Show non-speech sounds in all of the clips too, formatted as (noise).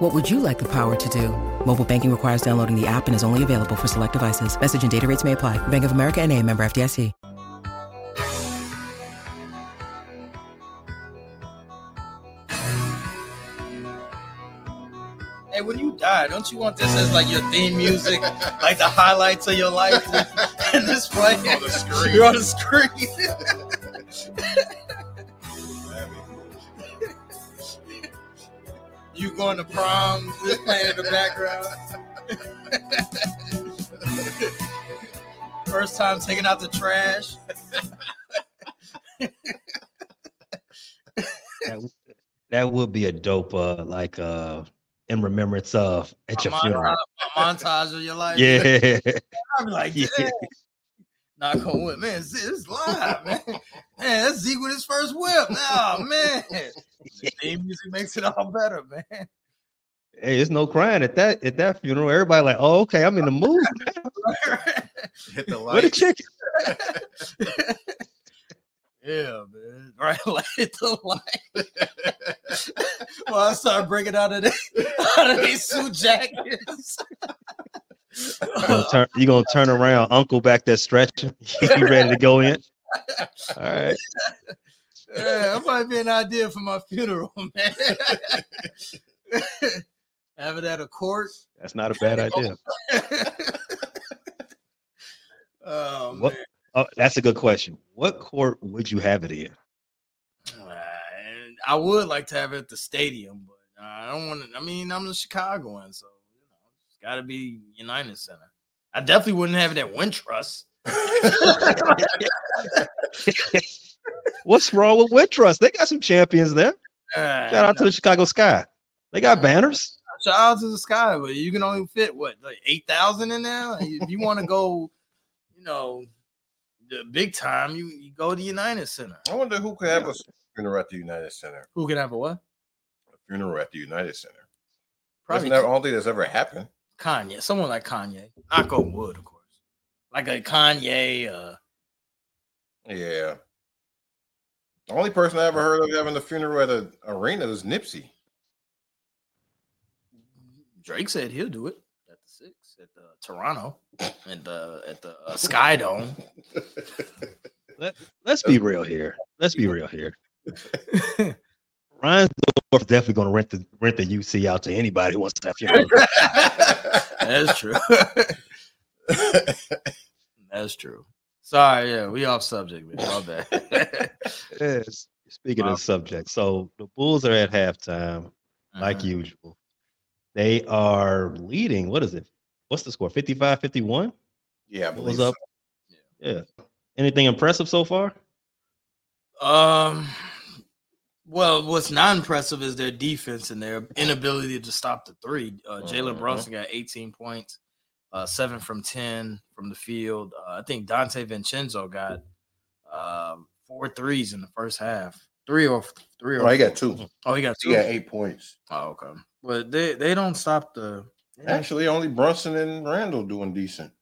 What would you like the power to do? Mobile banking requires downloading the app and is only available for select devices. Message and data rates may apply. Bank of America and a member FDIC. Hey, when you die, don't you want this as like your theme music, like the highlights of your life? (laughs) and this play, On the screen. you're on the screen. That'd be cool. You going to prom? This playing in the background. First time taking out the trash. that, w- that would be a dope uh like uh in remembrance of at A your funeral. montage, a montage of your life. Yeah. (laughs) I'm like, yeah. Yeah. Nah, come with man. This is live, man. Man, that's Zeke with his first whip. Oh man, (laughs) the theme music makes it all better, man. Hey, it's no crying at that at that funeral. Everybody like, oh okay, I'm in (laughs) the mood. Hit the What a light. chicken. yeah, man. (laughs) Right, light the light. (laughs) well, I start breaking out of the (laughs) out of these suit jackets. (laughs) You gonna turn, you gonna turn around, uncle back there stretching. (laughs) you ready to go in? All right. Yeah, that might be an idea for my funeral, (laughs) man. Have it at a court. (laughs) That's not a bad idea. oh, What oh, that's a good question. What court would you have it in? man. And Uh, I would like to have it at the stadium, but I don't want to. I mean, I'm a Chicagoan, so you know, it's got to be United Center. I definitely wouldn't have it at Wintrust. What's wrong with Wintrust? They got some champions there. Uh, Shout out to the Chicago Sky. They got banners. (laughs) shout out to the sky, but you can only fit what like eight thousand in there. Like, if you want to go, you know, the big time, you, you go to United Center. I wonder who could have a funeral at the United Center. Who can have a what? A funeral at the United Center. That's Probably never, I don't think that's ever happened. Kanye, someone like Kanye. Akko Wood, of course, like a Kanye. Uh, Yeah. The only person I ever heard of having a funeral at an arena is Nipsey. (laughs) Drake said he'll do it at the six at the Toronto (laughs) at the at the uh, (laughs) Sky Dome. Let's be real here. Let's be real here. Ryan's definitely going to rent the rent the UC out to anybody who wants to have funeral. (laughs) That's (laughs) true. That's true. Sorry, yeah, we off subject, man. My (laughs) bad. yes. Speaking Wow. of subject, so the Bulls are at halftime, Mm-hmm. like usual. They are leading. What is it? What's the score? 55 51? yeah, I believe Bulls up. Yeah. Anything impressive so far? Um. Well, what's not impressive is their defense and their inability to stop the three. Uh, Jalen Mhm. Brunson got 18 points, uh, seven from 10 from the field. Uh, I think Dante Vincenzo got um, four threes in the first half. Three or three so. or Oh, he got two. oh, he got two. He got eight points. Oh, okay. But they they don't stop the. Actually, only Brunson and Randall doing decent.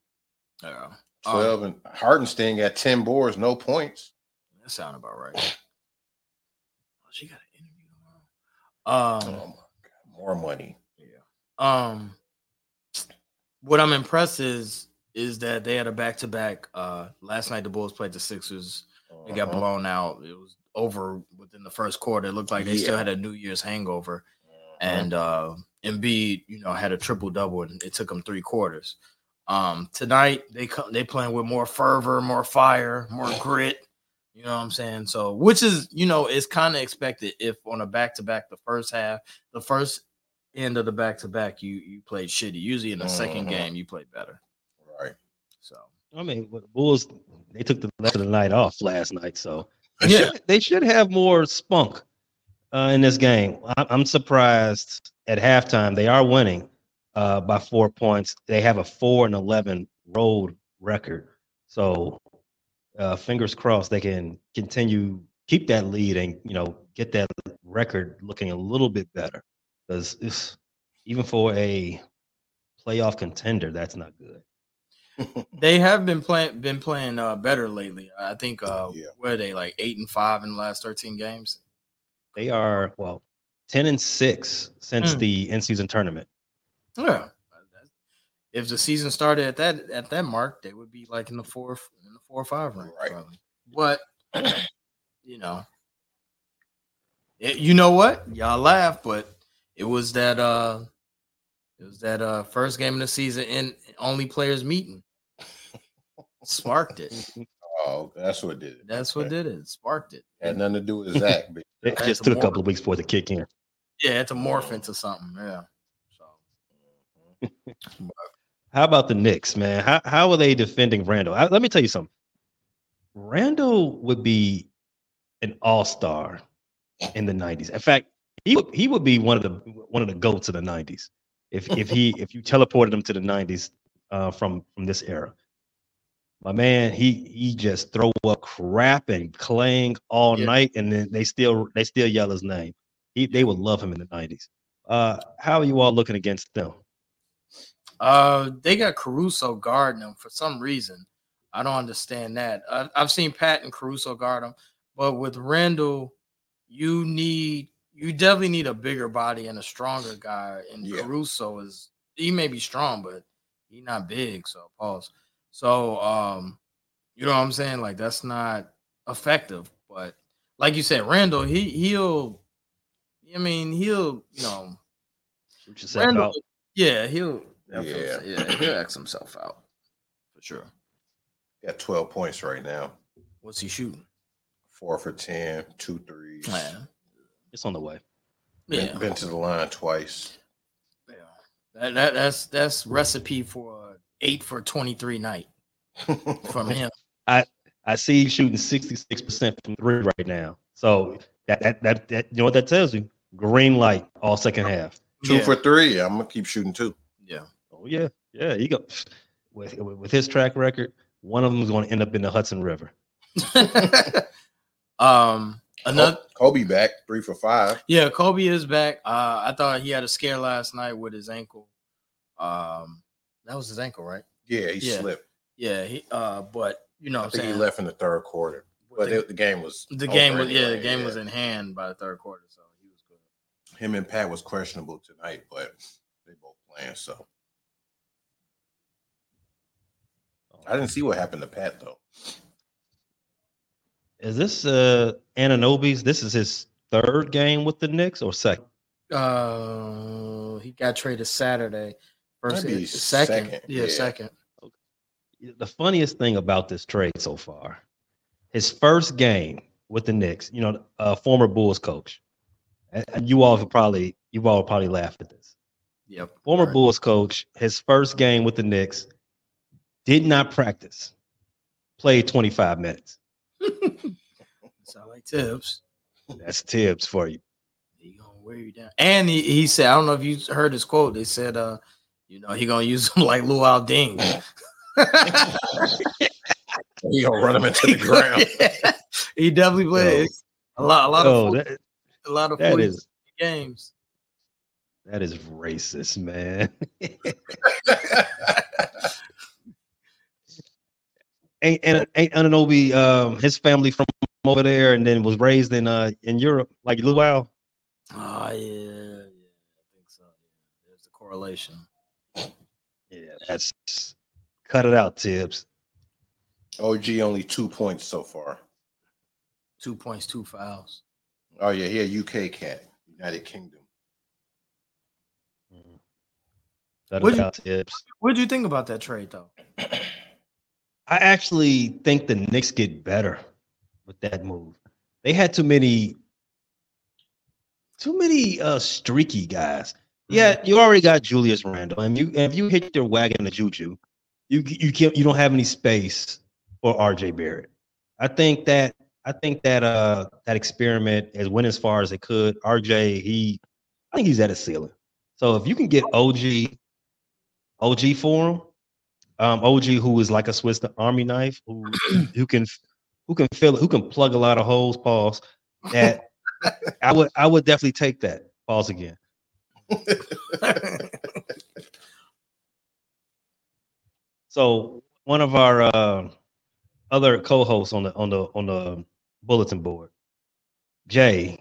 Yeah. Um, 12 and Hardenstein got 10 boards, no points. that sound about right. Oh, she got an interview tomorrow. Um. Oh my God. More money. Um, what I'm impressed is is that they had a back to back. Uh, last night the Bulls played the Sixers. They got Uh-huh. blown out. It was over within the first quarter. It looked like they still Yeah. had a New Year's hangover. Uh-huh. And uh, Embiid, you know, had a triple double, and it took them three quarters. Um, tonight they come, they playing with more fervor, more fire, more grit. You know what I'm saying? So, which is you know is kind of expected if on a back to back, the first half, the first end of the back to back, you you played shitty. Usually in the second Mhm. game, you play better. right. So I mean, but the Bulls, they took the rest of the night off last night. So they, Yeah. should, they should have more spunk uh, in this game. I, I'm surprised at halftime. They are winning uh, by four points. They have a 4 and 11 road record. So uh, fingers crossed they can continue keep that lead and you know get that record looking a little bit better because it's even for a playoff contender that's not good. they have been playing been playing uh, better lately. I think uh, Yeah. where are they like eight and five in the last thirteen games. They are well ten and six since Mm. the in season tournament. Yeah, if the season started at that at that mark, they would be like in the four in the four or five range, Right. probably. But (clears throat) you know, it, you know what? Y'all laugh, but it was that uh, it was that uh first game of the season in only players meeting. Sparked it. Oh, that's what did it. That's what did it. Sparked it. Had nothing to do with Zach. but It That's just took a more- couple of weeks for it to kick in. Yeah, it's a morph into something. Yeah. So How about the Knicks, man? How how are they defending Randall? I- let me tell you something. Randall would be an all star in the '90s. In fact, he would, he would be one of the one of the goats of the '90s. If if he if you teleported him to the '90s uh, from from this era, my man, he he just throw up crap and clang all Yeah. night, and then they still they still yell his name. He, they would love him in the '90s. Uh, how are you all looking against them? Uh, they got Caruso guarding them for some reason. I don't understand that. I've, I've seen Pat and Caruso guard them, but with Randall, you need you definitely need a bigger body and a stronger guy. And Yeah. Caruso is he may be strong, but he not big. So pause. So um, you know what I'm saying? Like that's not effective. But like you said, Randall, he he'll. I mean, he'll you know What you saying Randall- about yeah, he'll Yeah. yeah, yeah, he'll X himself out for sure. got 12 points right now. What's he shooting? Four for 10, two threes. Yeah, It's on the way. yeah, Been, been to the line twice. (laughs) yeah. That, that that's that's recipe for a eight for twenty three night from him. I see he's shooting sixty six percent from three right now. So that, that that that you know what that tells you? Green light all second half. two yeah. for three. I'm gonna keep shooting two. yeah, Oh yeah, yeah. He go with with his track record. One of them is going to end up in the Hudson River. (laughs) um, another Col- Kobe back three for five. yeah, Kobe is back. Uh, I thought he had a scare last night with his ankle. Um, that was his ankle, right? Yeah, he Yeah. slipped. Yeah, he uh, but you know, what I I'm think he saying left in the third quarter, but the, it- the game was the over game was yeah, anyway, the game yeah. was in hand by the third quarter, so he was good. him and Pat was questionable tonight, but they both playing. So I didn't see what happened to Pat though. Is this uh Ananobi's? This is his third game with the Knicks or second? Uh, he got traded Saturday. First, That'd be second. second, Yeah, yeah. second. the funniest thing about this trade so far, his first game with the Knicks, you know, uh, former Bulls coach. And- and you all have probably you all probably laughed at this. Yep. Former Right. Bulls coach, his first game with the Knicks, did not practice, played 25 minutes. Sound like Tibbs. That's Tibbs for you. He gonna wear you down. And he, he said, I don't know if you heard his quote. They said, uh, you know, he gonna use (laughs) them like Luau (laughs) Ding. (laughs) He gonna run him (laughs) into the ground. he definitely plays a lot, a lot of, Oh, 40, that, a lot of that 40 is games. that is racist, man. (laughs) (laughs) ain't and ain't Ananobi um his family from over there and then was raised in uh in Europe like Luau. Oh yeah, yeah, I think so. There's the correlation. Yeah, that's cut it out, Tibbs. OG only two points so far. Two points, two fouls. Oh yeah, he a UK cat, United Kingdom. (laughs) Mm-hmm. Cut What'd it you- out, Tibbs. What did you think about that trade though? I actually think the Knicks get better with that move. They had too many, too many uh streaky guys. Yeah, you already got Julius Randle, and you if you hit your wagon to Juju, you you can't you don't have any space for RJ Barrett. I think that I think that uh that experiment has went as far as it could. RJ, he I think he's at his ceiling. So if you can get OG OG for him, um, OG who is like a Swiss Army knife, who who can who can fill who can plug a lot of holes, pause. That I would I would definitely take that. Pause again. So one of our uh, other co-hosts on the on the on the bulletin board, Jay,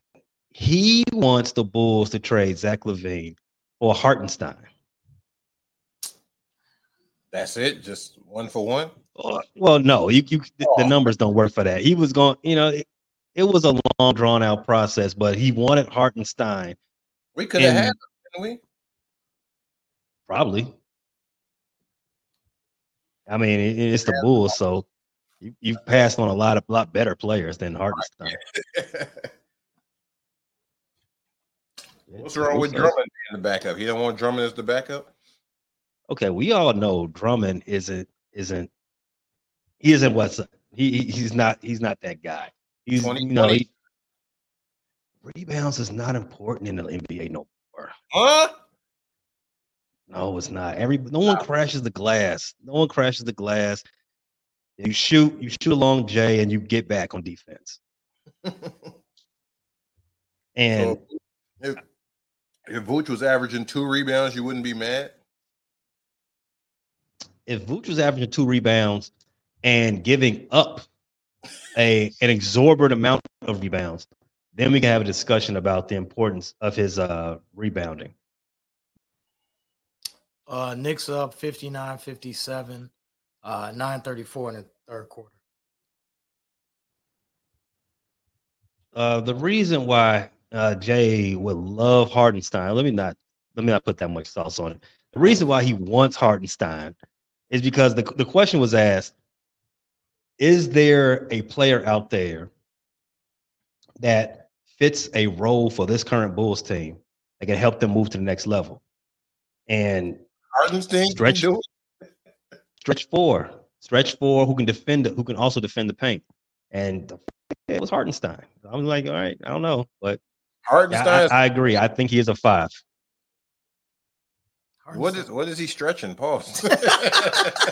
he wants the Bulls to trade Zach Levine for Hartenstein. That's it. Just one for one. Oh, Well, no, you, you the- the Oh. numbers don't work for that. He was going, you know, it, it was a long drawn out process, but he wanted Hartenstein We could have And- had, him, didn't we? probably. I mean, it, it's the Bulls, so you, you've passed on a lot of lot better players than Hartenstein. (laughs) What's wrong with Drummond being the backup? He don't want Drummond as the backup. okay, we all know Drummond isn't isn't he isn't what's he he- he's not he's not that guy. He's you know 2020. he, rebounds is not important in the NBA no more. Huh? (laughs) No, it's not. Every no one crashes the glass. No one crashes the glass. You shoot, you shoot along Jay, and you get back on defense. And So, if if Vooch was averaging two rebounds, you wouldn't be mad. if Vooch was averaging two rebounds and giving up a an exorbitant amount of rebounds, then we can have a discussion about the importance of his uh, rebounding. Uh, Knicks up 59 57, uh, 934 in the third quarter. Uh, the reason why uh, Jay would love Hardenstein, let me not let me not put that much sauce on it. The reason why he wants Hardenstein is because the the question was asked: Is there a player out there that fits a role for this current Bulls team that can help them move to the next level? And Hardenstein can Stretch. do it. stretch four, stretch four, who can defend it, who can also defend the paint, and the- it was Hardenstein. I was like, all right, I don't know, but. Yeah, Hardenstein. is- I, I agree. I think he is a five. what is what is he stretching? (laughs) Pause. I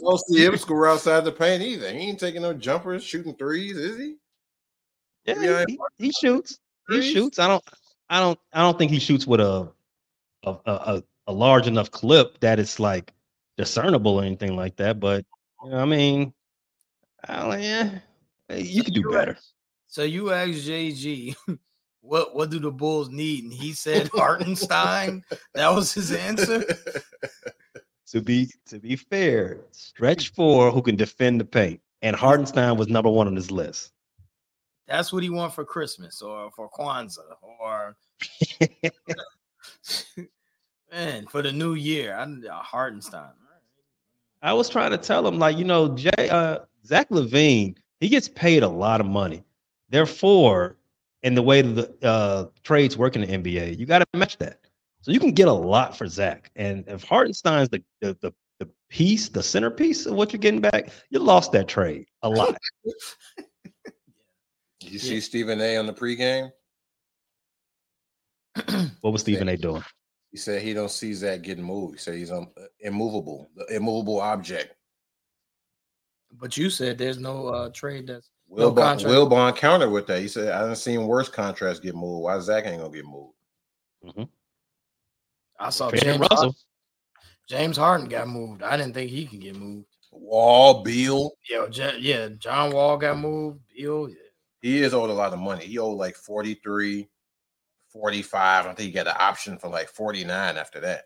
don't see him score outside the paint either. He ain't taking no jumpers, shooting threes, is he? Yeah, Yeah, he, he shoots. He Threes? shoots. I don't. I don't. I don't think he shoots with a a, a a a large enough clip that it's like discernible or anything like that. But you know, I mean, I don't, yeah, you could do better. So you asked JG, (laughs) what what do the Bulls need? And he (laughs) said Hartenstein. that was his answer. To be to be fair, stretch four who can defend the paint, and Hardenstein was number one on his list. That's what he want for Christmas or for Kwanzaa or man for the new year. I need a Hartenstein. (laughs) (laughs) I was trying to tell him, like, you know, Jay, uh, Zach Levine, he gets paid a lot of money. Therefore, in the way that the uh, trades work in the NBA, you got to match that. So you can get a lot for Zach. And if Hartenstein's the, the the the piece, the centerpiece of what you're getting back, you lost that trade a lot. Did (laughs) you see Stephen A on the pregame? what was Stephen A. doing? He said he don't see Zach getting moved. He said he's um, immovable, the immovable object. But you said there's no uh, trade that's No Will Bond, contract. Will Bond countered with that. He said, "I didn't seen worse contracts get moved. Why Zach ain't gonna get moved?" I saw Brandon James Russell. Harden, James Harden got moved. I didn't think he can get moved. Wall Beal, Yeah, J- yeah. John Wall got moved. Bill, yeah. he is owed a lot of money. He owed like 43, 45. I think he got an option for like 49 after that.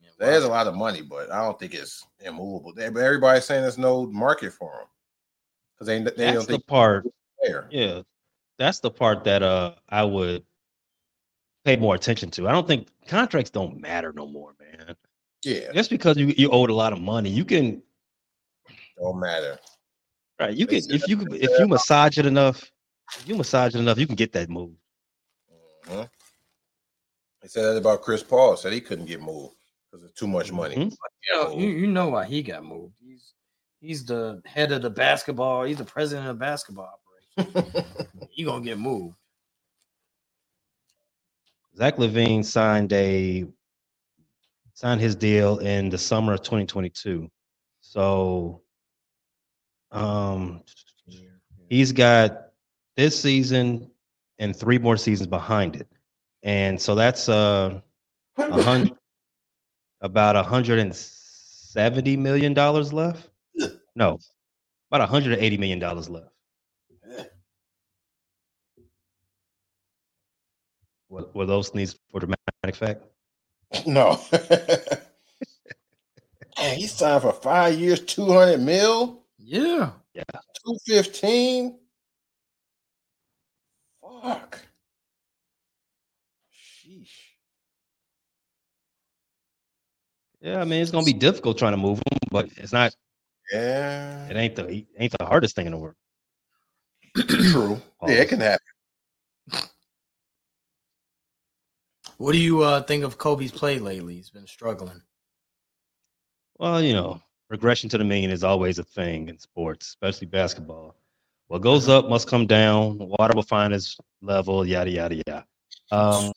Yeah, There's a lot of money, but I don't think it's immovable. They- But everybody's saying there's no market for him because they, they That's don't the think part he's there. Yeah, that's the part that uh I would pay more attention to. I don't think contracts don't matter no more, man. Yeah, Just because you you owed a lot of money, you can don't matter. right. You They can if (laughs) said- you if you massage it enough, if you massage it enough, you can get that move. Mhm. They said that about Chris Paul. Said he couldn't get moved because it's too much money. Mhm. Yo, Oh, you, you know why he got moved. He's he's the head of the basketball. He's the president of the basketball (laughs) operation. he gonna get moved. Zach Levine signed a signed his deal in the summer of 2022. So Um, he's got this season and three more seasons behind it, and so that's uh, a hundred, about a hundred and seventy million dollars left. No, about a hundred and eighty million dollars left. Were, were those needs for dramatic effect? No. (laughs) Man, he's signed for five years, 200 mil, Yeah. 215. Fuck. Sheesh. Yeah, I mean it's gonna be difficult trying to move him, but it's not. Yeah. It ain't the it ain't the hardest thing in the world. True. Yeah, (clears throat) it can happen. What do you uh, think of Kobe's play lately? He's been struggling. Well, you know, regression to the mean is always a thing in sports, especially basketball. What goes up must come down. Water will find its level. Yada yada yada. Um,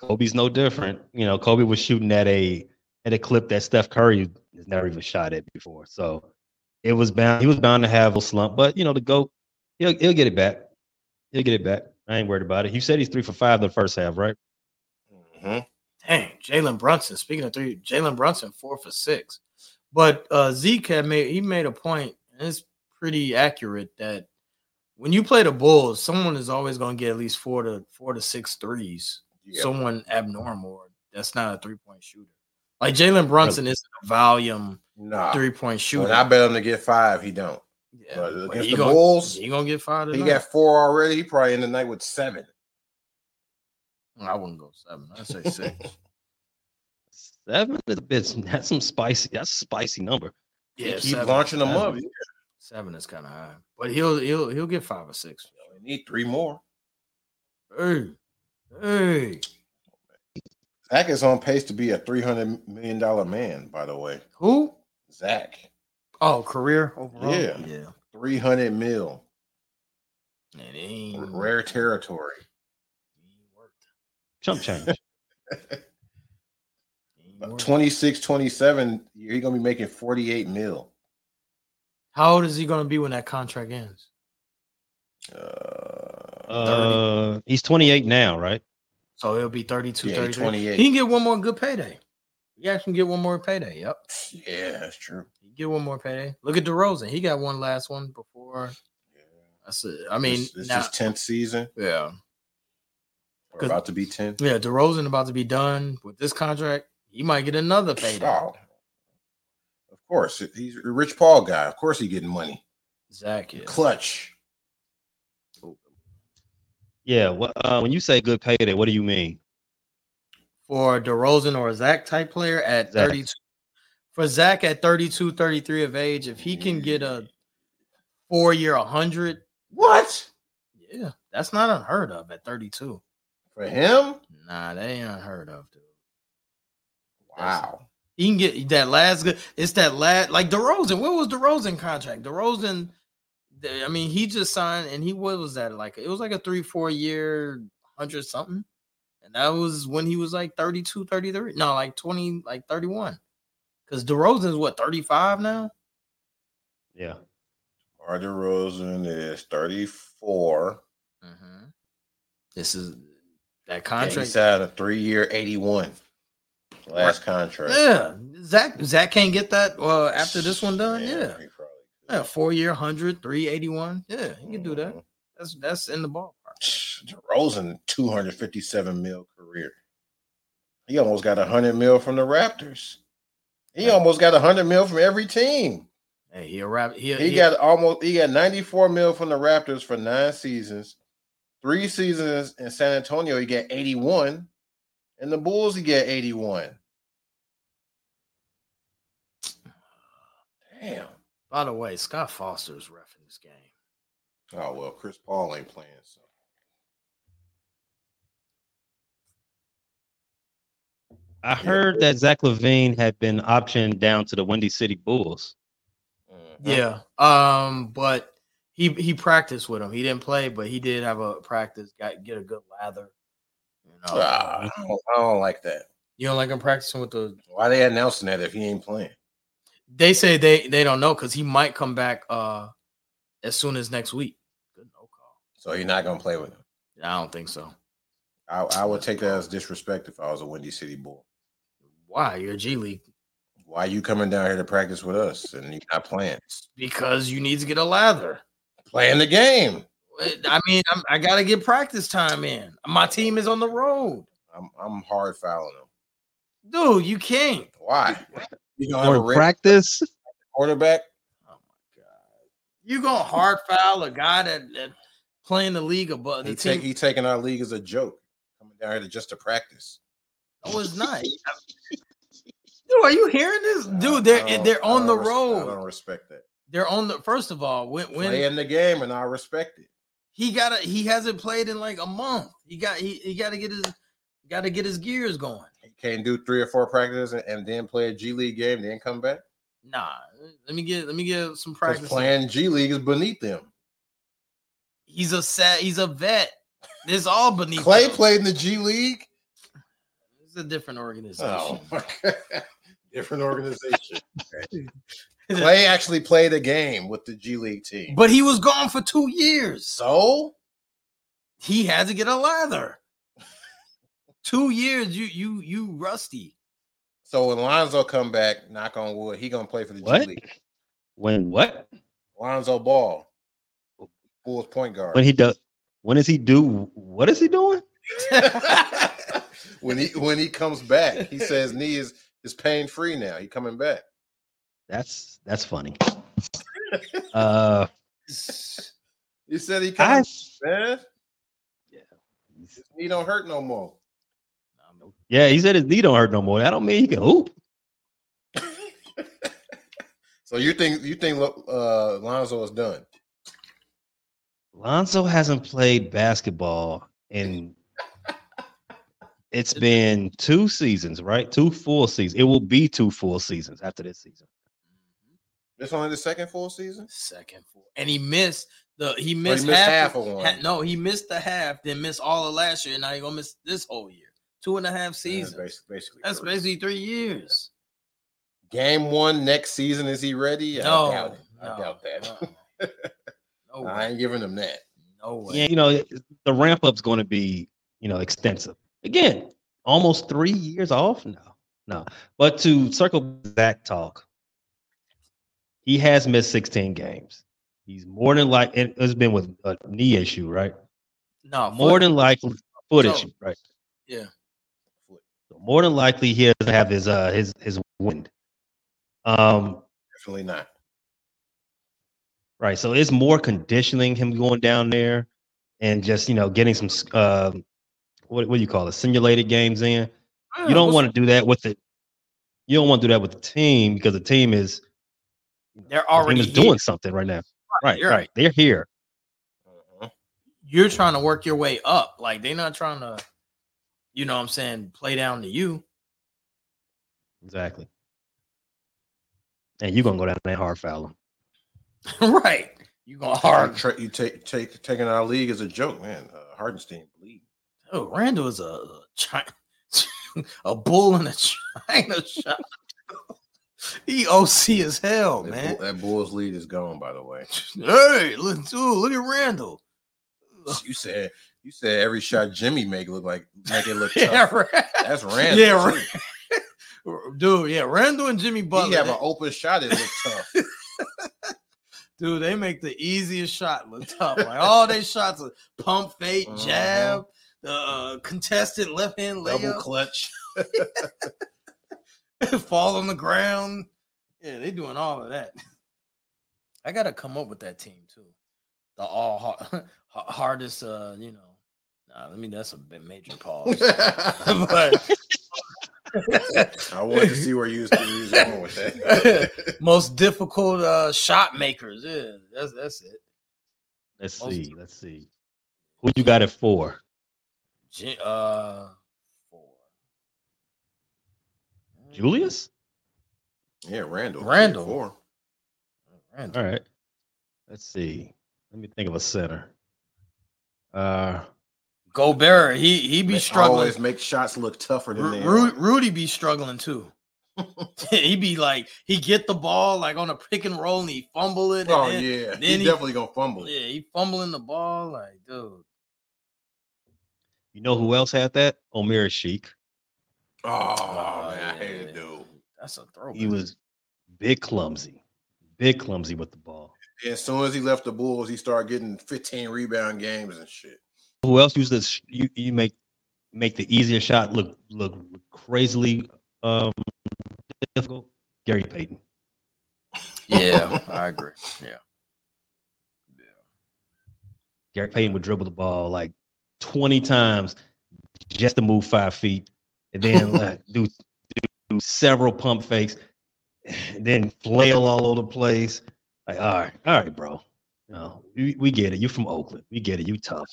Kobe's no different. You know, Kobe was shooting at a at a clip that Steph Curry has never even shot at before. So it was bound. He was bound to have a slump, but you know, the goat, he'll he'll get it back. He'll get it back. I ain't worried about it. You said he's three for five the first half, right? Mhm. Dang, Jalen Brunson. Speaking of three, Jalen Brunson four for six. But uh, Zeke had made he made a point, and it's pretty accurate that when you play the Bulls, someone is always going to get at least four to four to six threes. Yeah. Someone abnormal or that's not a three point shooter. Like Jalen Brunson isn't a volume nah. three point shooter. When Ah, I bet him to get five, he don't. yeah, but but against he the gonna, Bulls, he gonna get fired. He got four already. He probably in the night with seven. I wouldn't go seven. I'd (laughs) say six. Seven is a bit. (laughs) That's some spicy. That's a spicy number. Yeah, yeah, keep seven. launching them up. Seven. Yeah, Seven is kind of high, but he'll he'll he'll get five or six. we need three more. Hey, hey, Zach is on pace to be a three hundred million dollar man. By the way, who? Zach, Oh, career overall. Yeah. yeah. three hundred mil, It ain't rare territory. ain't worth Chump change. it. Ain't About worth it. 26, 27, He's gonna be making forty eight mil. How old is he gonna be when that contract ends? Uh, (laughs) Uh, he's 28 now, right? So he'll be 32, Yeah, 33. 28. He can get one more good payday. He actually can get one more payday. Yep. yeah, that's true. He can get one more payday. Look at DeRozan. He got one last one before. Yeah. That's it. I mean, this, this now- is tenth season. yeah. Or 'Cause- about to be tenth. Yeah, DeRozan about to be done with this contract. He might get another payday. Oh, of course, he's a Rich Paul guy. Of course, he getting money. Zach is. Clutch. Yeah. Well, uh, when you say good payday, what do you mean? for DeRozan or a Zach type player at Zach. 32. For Zach at 32, 33 of age, if he can get a four year 100, What? yeah, that's not unheard of at 32. For him? Nah, that ain't unheard of, dude. Wow. He can get that last good. It's that last, like DeRozan. What was DeRozan contract? DeRozan, th- I mean, he just signed and he, what was that? Like, it was like a three, four year 100 something. And that was when he was like 32, 33. No, like 20, like 31. Because DeRozan is what, 35 now? Yeah. Mar Rosen is 34. Mm-hmm. This is that And he contract. signed a three year 81. Last contract. Yeah. Zach, Zach can't get that uh, after this one done. Yeah. he probably Yeah. Four year 100, 381. Yeah. He can do that. Mhm. That's, that's in the ballpark. DeRozan, 257 mil career. He almost got 100 mil from the Raptors. He almost got 100 mil from every team. Hey, he'll wrap. He'll, He got almost he got 94 mil from the Raptors for nine seasons. Three seasons in San Antonio, he got 81. And the Bulls, he got 81. Damn. By the way, Scott Foster is refing this game. Oh well, Chris Paul ain't playing. So I heard that Zach Levine had been optioned down to the Windy City Bulls. Yeah. Um, but he he practiced with him. He didn't play, but he did have a practice. Got get a good lather. You know, Ah, I, don't, I don't like that. you don't like him practicing with the Why they announcing that if he ain't playing? They say they they don't know because he might come back uh as soon as next week. Good no call. So you're not gonna play with him. I don't think so. I, I would take that as disrespect if I was a Windy City Bull. Why? You're G League Why you coming down here to practice with us and you're not playing? because you need to get a lather. Eh, Playing the game. I mean, I'm, I got to get practice time in. My team is on the road, I'm I'm hard fouling him. dude. You can't. Why? You don't have a Or red practice. quarterback? Oh my god! You gonna hard foul a guy that, that playing the league above the He team? take he taking our league as a joke. Coming down here to just to practice. no, (laughs) it's not. dude, are you hearing this, dude? I They're don't- they're I on the don't res- I don't road. respect that. They're on the. First of all, when when Playing the game and I respect it. he got to he hasn't played in like a month. He got he, he got to get his got to get his gears going. He can't do three or four practices and, and then play a G League game, then come back. Nah, let me get let me get some Because practice. playing G League is beneath them. He's a set. He's a vet. It's all beneath Clay him. played in the G League. It's a different organization. Oh, my God. (laughs) (laughs) different organization. Clay actually played a game with the G League team. But he was gone for two years. so He had to get a lather. two years, you you you rusty. So when Lonzo come back, knock on wood, he gonna play for the G What? League. When what? Lonzo Ball, Bulls point guard. When he does? When is he do? What is he doing? (laughs) when he when he comes back, he says knee is is pain free now. He coming back. That's that's funny. (laughs) Uh, He said he coming I back. His knee don't hurt no more. yeah, he said his knee don't hurt no more. That don't mean he can hoop. So you think you think uh, Lonzo is done? Lonzo hasn't played basketball in it's been two seasons, right? Two full seasons. It will be two full seasons after this season. This only the second full season. Second full. And he missed the he Or missed, he missed half, half of one. ha- no, he missed the half, then missed all of last year. And now you're gonna miss this whole year. Two and a half seasons. That's basi- basically. That's correct. basically three years. Game one next season. Is he ready? no, I doubt it. I no, doubt (laughs) that. uh-uh. No I way. ain't giving him that. No way. Yeah, you know, the ramp up's going to be, you know, extensive. Again, almost three years off now. No, but to circle back talk, he has missed 16 games. He's more than like it- it's been with a knee issue, right? No, foot- More than likely foot So- issue, right? yeah. So more than likely, he doesn't have his uh his his wind. Um, Definitely not. right. So it's more conditioning him going down there and just you know getting some uh, what what do you call it simulated games in. You don't want to do that with it. You don't want to do that with the team because the team is They're the team already is here. doing something right now. Right, you're right. right. They're here. Uh-huh. you're trying to work your way up. Like they're not trying to, you know what I'm saying, play down to you. Exactly. And you're gonna go down there and hard foul him. (laughs) right. You gonna Hard hard tra- you take take taking our league as a joke, man. Uh, Hardenstein bleed. oh Randall is a China, (laughs) a bull in a China (laughs) shop. he OC as hell, Oh, that, man. (laughs) Bull- that Bulls lead is gone, by the way. (laughs) Hey, look, dude, look at Randall. You said you said every shot Jimmy make look like make it look (laughs) tough. Yeah, right. That's random. Yeah, too. right. dude. Yeah, Randall and Jimmy He Butler. have an they- open shot. It look tough. (laughs) Dude, they make the easiest shot look tough. Like all they shots are pump fake, jab, the uh, contested left hand Mm-hmm. Double layup, (laughs) clutch. (laughs) fall on the ground. Yeah, they doing all of that. (laughs) I gotta come up with that team too. The all (laughs) hard, hardest, uh, you know. Nah, I mean that's a bit major (laughs) pause. I (laughs) but (laughs) wanted to see where you was where you was going with that. most difficult uh shot makers. Yeah, that's that's it. Let's Most- see. Let's see. Who you got it for? J- uh, four. Julius? (laughs) yeah, Randall. Randall. Four. Randall. All right. Let's see. Let me think of a center. Uh Gobert, he he be They struggling. Always make shots look tougher than Ru- they Ru- are. Rudy be struggling too. (laughs) he be like, he get the ball like on a pick and roll and he fumble it. Oh and then, yeah, then he, he- definitely gonna fumble. yeah, he fumbling the ball like, dude. You know who else had that? Omir Sheik. Oh, Oh, man, I hate yeah. it, dude. That's a throwback. He was big clumsy, big clumsy with the ball. As soon as he left the Bulls, he started getting 15 rebound games (laughs) and shit. Who else used this? You you make make the easier shot look look crazily um difficult. Gary Payton. yeah, (laughs) I agree. Yeah. Gary Payton would dribble the ball like twenty times just to move five feet, and then like, do, do do several pump fakes, and then flail all over the place. Like all right, all right, bro. No, we, we get it. You're from Oakland. We get it. You tough.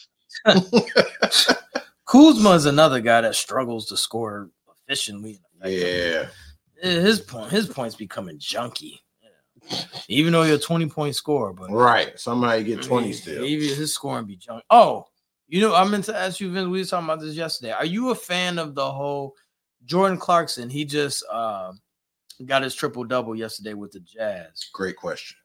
Kuzma is another guy that struggles to score efficiently. and effectively. Yeah, Yeah, his point, his points becoming junky. Yeah. Even though you're a 20 point scorer, but right. Somebody get 20 still. Even his scoring be junk. Oh, you know, I meant to ask you, Vince. We were talking about this yesterday. Are you a fan of the whole Jordan Clarkson? He just uh, got his triple double yesterday with the Jazz. Great question.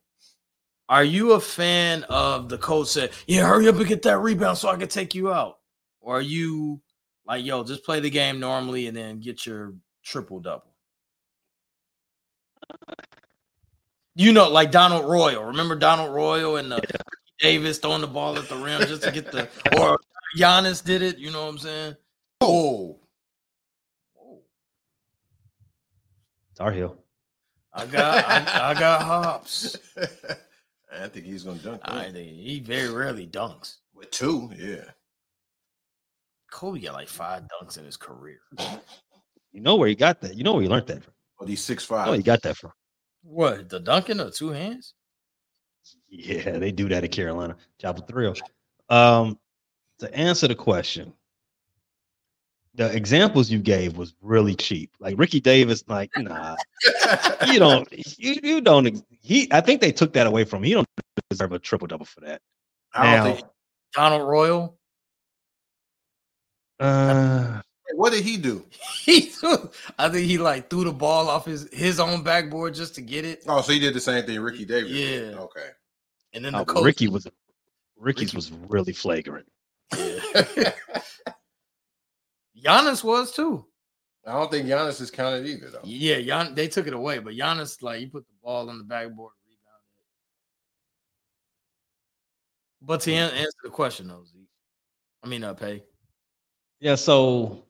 Are you a fan of the coach said, "Yeah, hurry up and get that rebound so I can take you out," or are you like, "Yo, just play the game normally and then get your triple double"? You know, like Donald Royal. Remember Donald Royal and the Davis throwing the ball at the rim just to get the, or Giannis did it. You know what I'm saying? (laughs) Oh, Tar Heel. I got, I, I got hops. (laughs) I think he's gonna dunk I that. think he very rarely dunks. with two. Yeah, Kobe got like five dunks in his career. You know where he got that. You know where he learned that from. but he's six Oh, he (laughs) five. got that from. What the Duncan or two hands? Yeah, they do that in Carolina. Job of thrill. Um, to answer the question, the examples you gave was really cheap. Like Ricky Davis, like nah, you (laughs) don't, you, you don't. ex- He, I think they took that away from him. He don't deserve a triple double for that. I don't Now- think. Donald Royal. (laughs) Uh, What did he do? He threw, I think he like threw the ball off his his own backboard just to get it, Oh, so he did the same thing, Ricky Davis. did. Yeah. Okay. and then uh, the coach. Ricky was, Ricky's Ricky- was really flagrant. Giannis was too. (laughs) I don't think Giannis is counted either, though. Yeah, Gian, they took it away, but Giannis like he put the ball on the backboard, rebounded it. But to an- answer the question though, Zeke, I mean, uh, pay. Yeah, so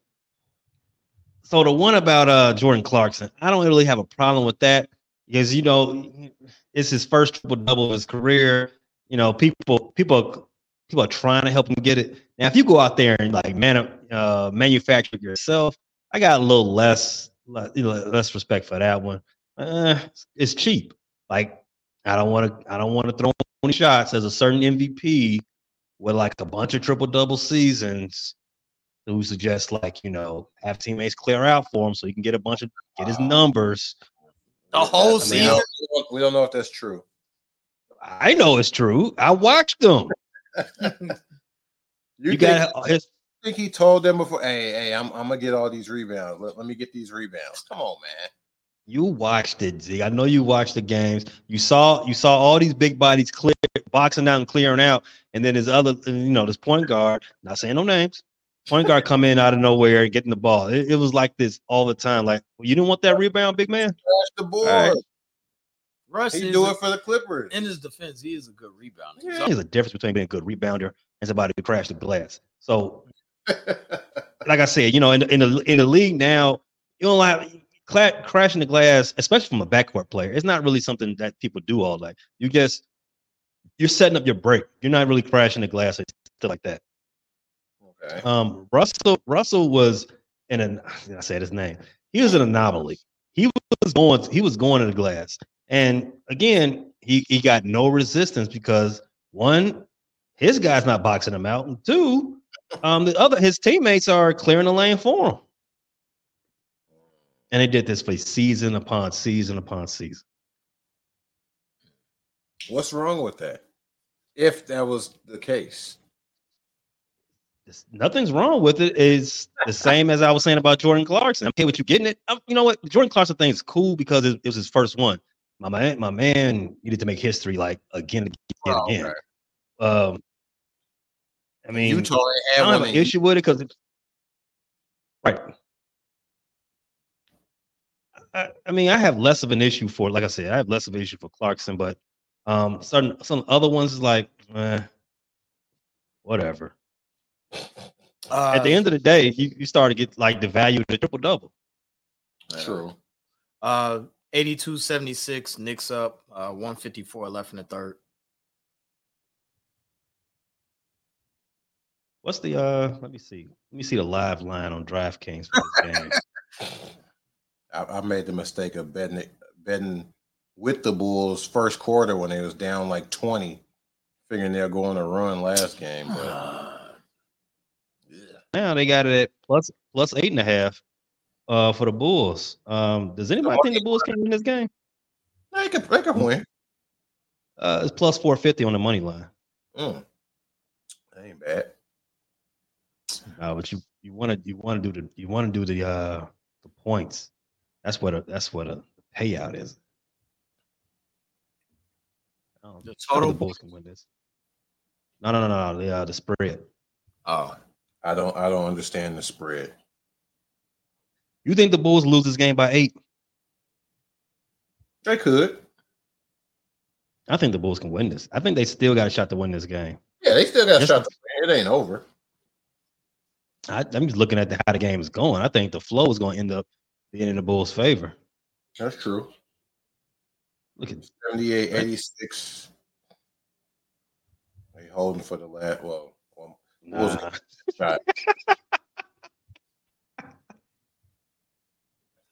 so the one about uh Jordan Clarkson, I don't really have a problem with that because you know it's his first triple double of his career. You know, people people are, people are trying to help him get it. Now, if you go out there and like man uh manufacture it yourself, I got a little less le- you know, less respect for that one. Uh, it's cheap. Like I don't want to I don't want to throw any shots as a certain MVP with like a bunch of triple double seasons who suggests like you know have teammates clear out for him so he can get a bunch of get his Wow. numbers. The whole I mean, season. we don't- we don't know if (laughs) that's true. I know it's true. I watched them. You, You, think, got his, think he told them before? Hey, hey, I'm, I'm gonna get all these rebounds. Let, let me get these rebounds. Come on, man. you watched it, Z. I know you watched the games. You saw you saw all these big bodies clear boxing out and clearing out, and then his other uh, you know this point guard. Not saying no names. Point guard come in out of nowhere and getting the ball. It, it was like this all the time. Like you didn't want that rebound, big man. Crash the board. All right. Russ He is do a- it for the Clippers. in (laughs) his defense, he is a good rebounder. He's There's a difference between being a good rebounder and somebody who crashed the glass. So like I said, you know, in the- in the in the league now, you don't like cla- crashing the glass, especially from a backcourt player. It's not really something that people do all day. You just you're setting up your break. You're not really crashing the glass or stuff like that. okay. Um, Russell Russell was in an I said his name. He was an anomaly. He was going he was going to the glass, and again he he got no resistance because one, his guy's not boxing him out, and two, um, the other his teammates are clearing the lane for him. And they did this for season upon season upon season. What's wrong with that? If that was the case, There's nothing's wrong with it. It's the same as I was saying about Jordan Clarkson. I'm okay with you getting it. I'm- you know what? The Jordan Clarkson thing is cool because it, it was his first one. My man, my man needed to make history like again and again. Oh, and again. okay. Um, I mean, Utah ain't I had don't have one an in- issue with it because it's right. I, I mean, I have less of an issue for, like I said, I have less of an issue for Clarkson, but um, certain some other ones is like, eh, whatever. Uh, At the end of the day, you, you start to get like the value of the triple double. True. Uh, 82 76, Knicks up, uh, 154 left in the third. What's the uh? Let me see. Let me see the live line on DraftKings for this (laughs) game. I, I made the mistake of betting it, betting with the Bulls first quarter when they was down like twenty, figuring they'll go on a run last game. (sighs) (sighs) (sighs) But now they got it at plus plus eight and a half uh for the Bulls. Um, does anybody think the Bulls can win this game? they could they could win. Uh, it's plus 450 on the money line. Mm. That Ain't bad. Uh, but you you want to you want to do the you want to do the uh the points. That's what a that's what a payout is. I don't The I think total? the Bulls can win this. No, no, no, no. no, The uh, the spread. Oh, I don't I don't understand the spread. You think the Bulls lose this game by eight? They could. I think the Bulls can win this. I think they still got a shot to win this game. Yeah, they still got Yes. shot. To win. It ain't over. I, I'm just looking at the, how the game is going. I think the flow is going to end up being in the Bulls' favor. That's true. Look at 78, 86. They holding for the last. Well, well Bulls nah. shot. (laughs)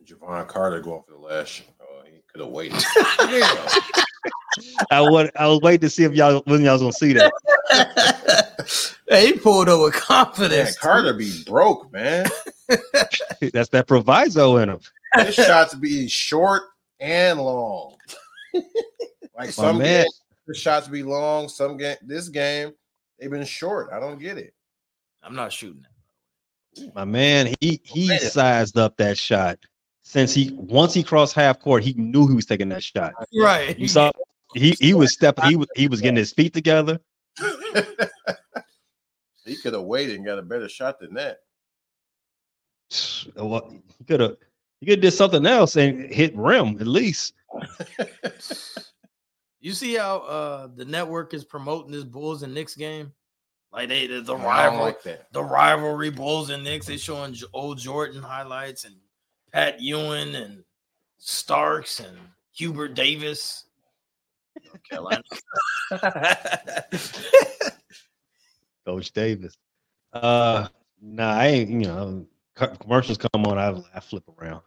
Javon Carter going for the last. sh- Oh, he could have waited. I would I was waiting to see if y'all when y'all was gonna see (laughs) that. (laughs) hey, he pulled up with Man, confidence. Carter be broke, man. That's that proviso in him. His shots be short and long. Like My some man, games, the shots be long. Some game, this game, they've been short. I don't get it. I'm not shooting that. my man, he he Man. sized up that shot since he once he crossed half court, he knew he was taking that shot. Right. You saw he he was stepping, he was he was getting his feet together. he could have waited and got a better shot than that. Well, He could have he could have did something else and hit rim at least. You see how uh the network is promoting this Bulls and Knicks game? Like they the, the I don't rival like that. the rivalry Bulls and Knicks. They showing J- old Jordan highlights and Pat Ewan and Starks and Hubert Davis. North (laughs) (laughs) Carolina. Coach Davis. Uh nah, I ain't, you know, co- commercials come on, I, I flip around.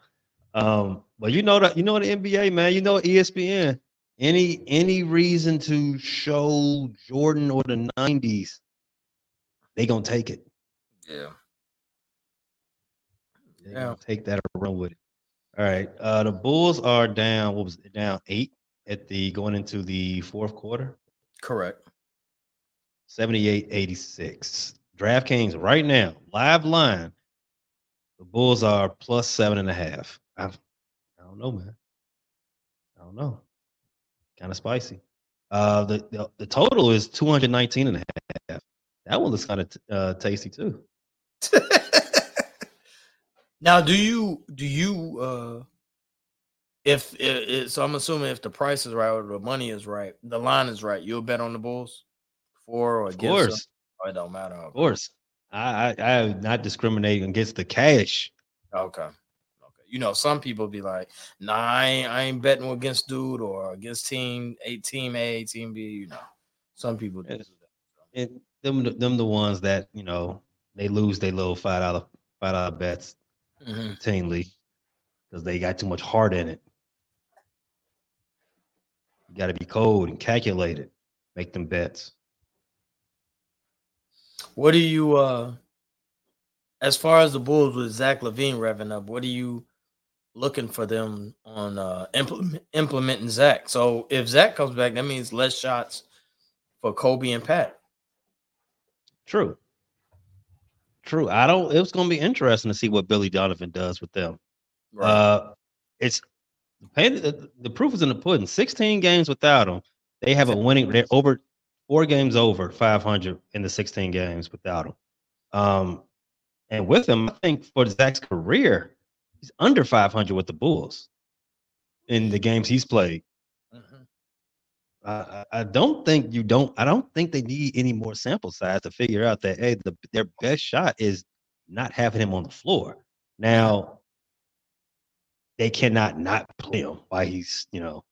Um, but you know that you know the NBA, man, you know E ESPN. Any any reason to show Jordan or the nineties, they gonna take it. yeah. They Yeah. gonna take that and run with it. All right. Uh the Bulls are down, what was it, down eight at the going into the fourth quarter. Correct. 78-86. DraftKings right now, live line. The Bulls are plus seven and a half. I, I don't know, man. I don't know. Kind of spicy. Uh, the, the the total is 219 and a half. That one looks kind of uh, tasty too. (laughs) now, do you do you uh if i i- so I'm assuming if the price is right or the money is right, the line is right, you'll bet on the Bulls for or Of against them? course, Oh, it don't matter. of course. I, I I am not discriminating against the cash. Okay. Okay. You know, some people be like, nah, I ain't, I ain't betting against dude or against team A, team A, team B. You know, some people do. Yeah. And them the- them the ones that you know they lose their little five dollar five dollar bets Mhm. routinely because they got too much heart in it. You got to be cold and calculated. Make them bets. What do you, uh, as far as the Bulls with Zach Levine revving up, what are you looking for them on uh, implement, implementing Zach? So if Zach comes back, that means less shots for Kobe and Pat. True. True. I don't. It's going to be interesting to see what Billy Donovan does with them. Right. Uh, it's the, the proof is in the pudding. Sixteen games without him, they have a winning. They're over four games over five hundred in the sixteen games without him. Um, and with him, I think for Zach's career, he's under five hundred with the Bulls in the games he's played. Mhm. I, I I don't think you don't. I don't think they need any more sample size to figure out that hey, the, their best shot is not having him on the floor. Now they cannot not play him while he's you know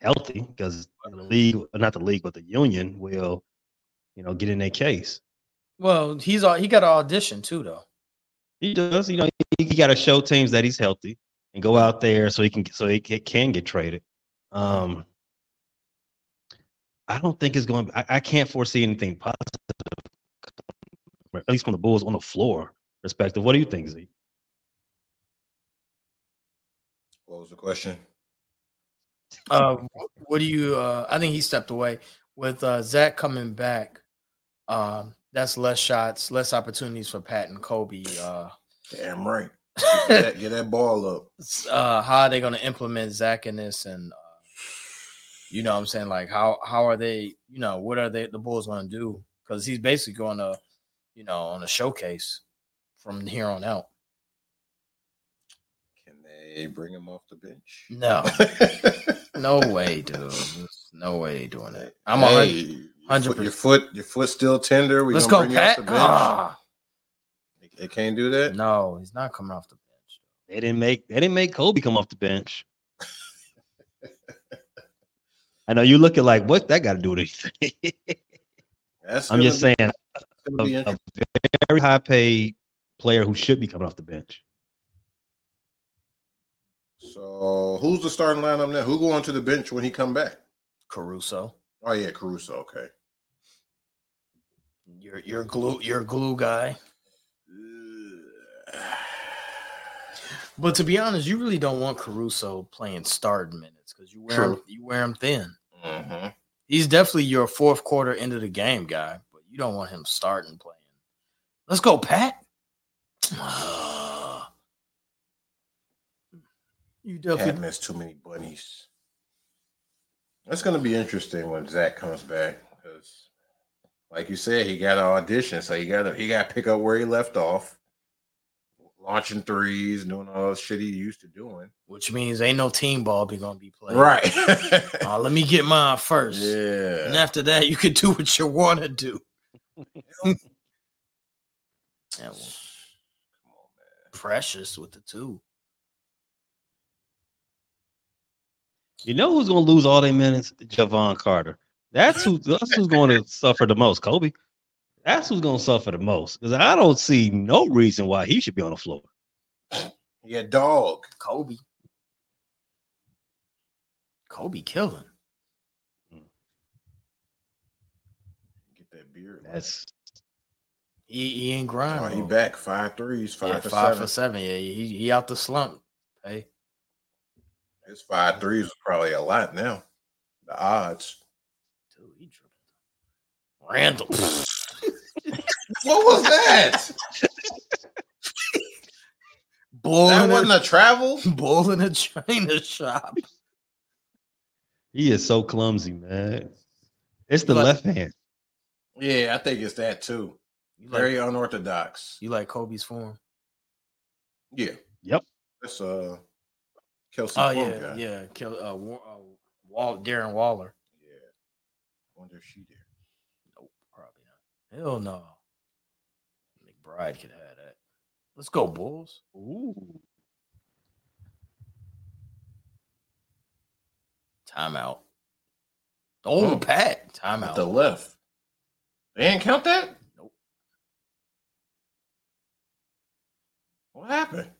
healthy because the league, not the league, but the union will you know get in their case. Well, he's all he got to audition too, though. He does. You know, he, got to show teams that he's healthy and go out there so he can so he ca- can get traded. Um, I don't think it's going. I, I can't foresee anything positive, at least from the Bulls on the floor perspective. What do you think, Z? What was the question? Uh, wh- what do you? Uh, I think he stepped away with uh, Zach coming back. Um, that's less shots, less opportunities for Pat and Kobe. Uh, Damn right. Get that, get that ball up. s- uh, how are they going to implement Zach in this? And uh, you know, what I'm saying like how how are they? You know, what are they? The Bulls going to do? Because he's basically going to, you know, on a showcase from here on out. Can they bring him off the bench? (laughs) No, no way, dude. There's no way they doing it. I'm on. hey, your hundred foot- Your foot, your foot still tender. We Let's go, gonna bring you Pat. off the bench. Ah. They, they can't do that. No, he's not coming off the bench. They didn't make they didn't make Kobe come off the bench. I know you looking like what that got to do with anything. (laughs) That's I'm gonna just be- saying a, it's gonna be a interesting. very high paid player who should be coming off the bench. So who's the starting lineup now? Who going to the bench when he come back? Caruso, Oh yeah, Caruso. Okay. your your glue your glue guy. (sighs) But to be honest, you really don't want Caruso playing starting minutes because you wear him, True. you wear him thin. hmm He's definitely your fourth quarter end of the game guy, but you don't want him starting playing. Let's go, Pat. (sighs) you Pat definitely missed too many bunnies. That's gonna be interesting when Zach comes back because, like you said, he got to audition, so he got to he got to pick up where he left off, launching threes, doing all the shit he used to doing. which means ain't no team ball be gonna be played. Right. (laughs) Uh, let me get mine first. And yeah. after that, you can do what you want to do. That was Come on, man. precious with the two. You know who's going to lose all their minutes? Javon Carter. That's who. That's who's going to suffer the most, Kobe. That's who's going to suffer the most because I don't see no reason why he should be on the floor. Yeah, dog. Kobe. Kobe killing. Get that beard. man. That's He, he ain't Oh, grinding. he back five threes, five Yeah, for five seven. for seven. Yeah, he, he out the slump. Hey, His five threes is probably a lot now. The odds. dude, he tripping. Randall. (laughs) What was that? that Bull in wasn't a, a travel. (laughs) bull in a China shop. he is so clumsy, man. It's the But- left hand. Yeah, I think it's that too. You like, Very unorthodox. you like Kobe's form? Yeah. Yep. That's uh Kelsey. Oh, Plum yeah. guy. Yeah. Kill, uh, Wa- uh, Wall, Darren Waller. Yeah. Wonder if she there. Nope, probably not. Hell no. McBride could have that. Let's go, Bulls. Ooh. Timeout. Oh, Hmm. Pat. At the Timeout. left. They didn't count that? Nope. What happened?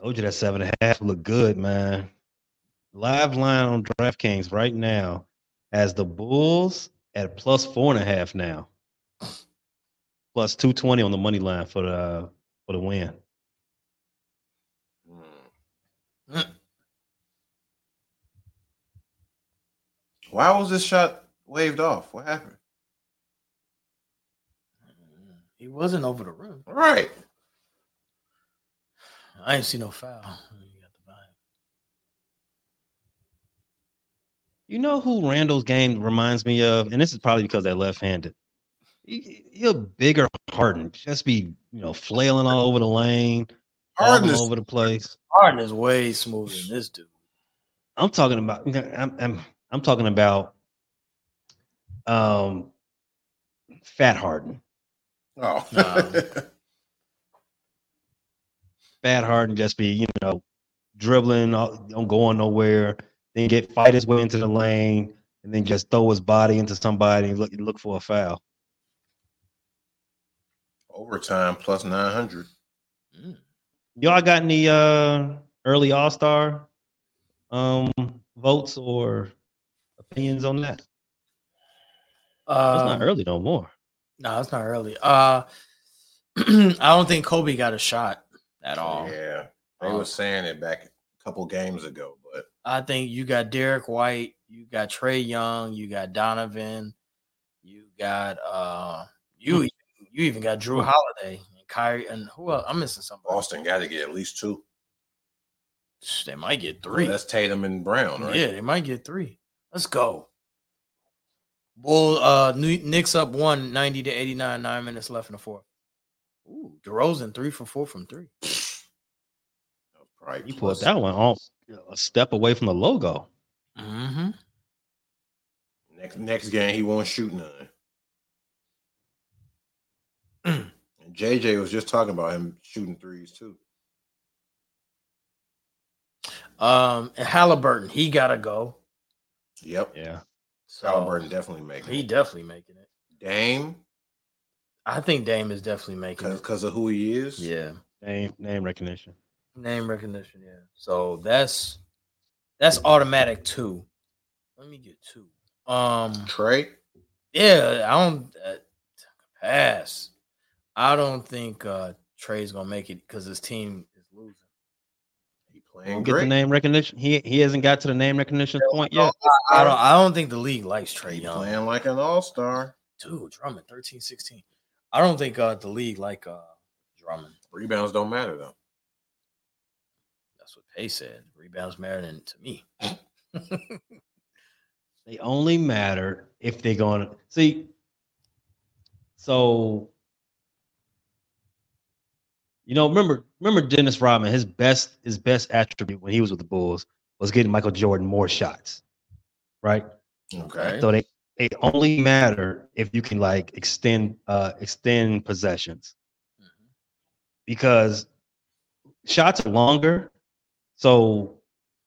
Told you that seven and a half look good, man. Live line on DraftKings right now has the Bulls at plus four and a half now, plus two twenty on the money line for the for the win. Hmm. Mm. Why was this shot waved off. What happened? He wasn't over the rim. All right. I ain't see no foul. (laughs) You got the vibe. You know who Randall's game reminds me of, and this is probably because they're left-handed. He- He'll bigger Harden, just be you know flailing all over the lane, Harden all is over the place. Harden is way smoother than this dude. I'm talking about. I'm I'm, I'm talking about. Um, Fat Harden. oh No. Fat Harden just be you know dribbling, all- don't going nowhere. Then get fight his way into the lane, and then just throw his body into somebody and look look for a foul. (laughs) overtime plus nine hundred. Mm. Y'all got any uh early All Star um votes or opinions on that? It's Uh, Um, not early no more. no, it's not early. Uh, (clears throat) I don't think Kobe got a shot at all. Yeah, they Um, were saying it back a couple games ago, but I think you got Derek White, you got Trey Young, you got Donovan, you got uh you you even got Drew Holiday and Kyrie and who else? I'm missing somebody. Boston got to get at least two. They might get Three. three. That's Tatum and Brown, right? Yeah, they might get three. Let's go. Bull uh New- Knicks up one, 90 to 89, nine minutes left in the fourth. Ooh, DeRozan three for four from three. Probably You pulled plus- that one off a step away from the logo. Mm-hmm. Next next game, he won't (clears throat) shoot none. and JJ was just talking about him shooting threes too. Um and Halliburton, he gotta go. Yep. Yeah. So Halliburton definitely making he it. definitely making it. Dame I think Dame is definitely making it. because of who he is. Yeah. Name name recognition. Name recognition, yeah. So that's that's automatic two. Let me get two. Um Trey. yeah, I don't uh, pass. I don't think uh Trey's gonna make it because his team is losing. He Don't playing Get the great. name recognition. He he hasn't got to the name recognition point yet. I don't I don't think the league likes Trey He Young. playing like an all star. Dude, Drummond 13 16. I don't think uh the league like uh Drummond. Rebounds don't matter though. That's what Pay said. Rebounds matter than to me. (laughs) They only matter if they're going to see. So, you know, remember, remember Dennis Rodman. His best, his best attribute when he was with the Bulls was getting Michael Jordan more shots, right? Okay. So they they only matter if you can like extend uh extend possessions because shots are longer, so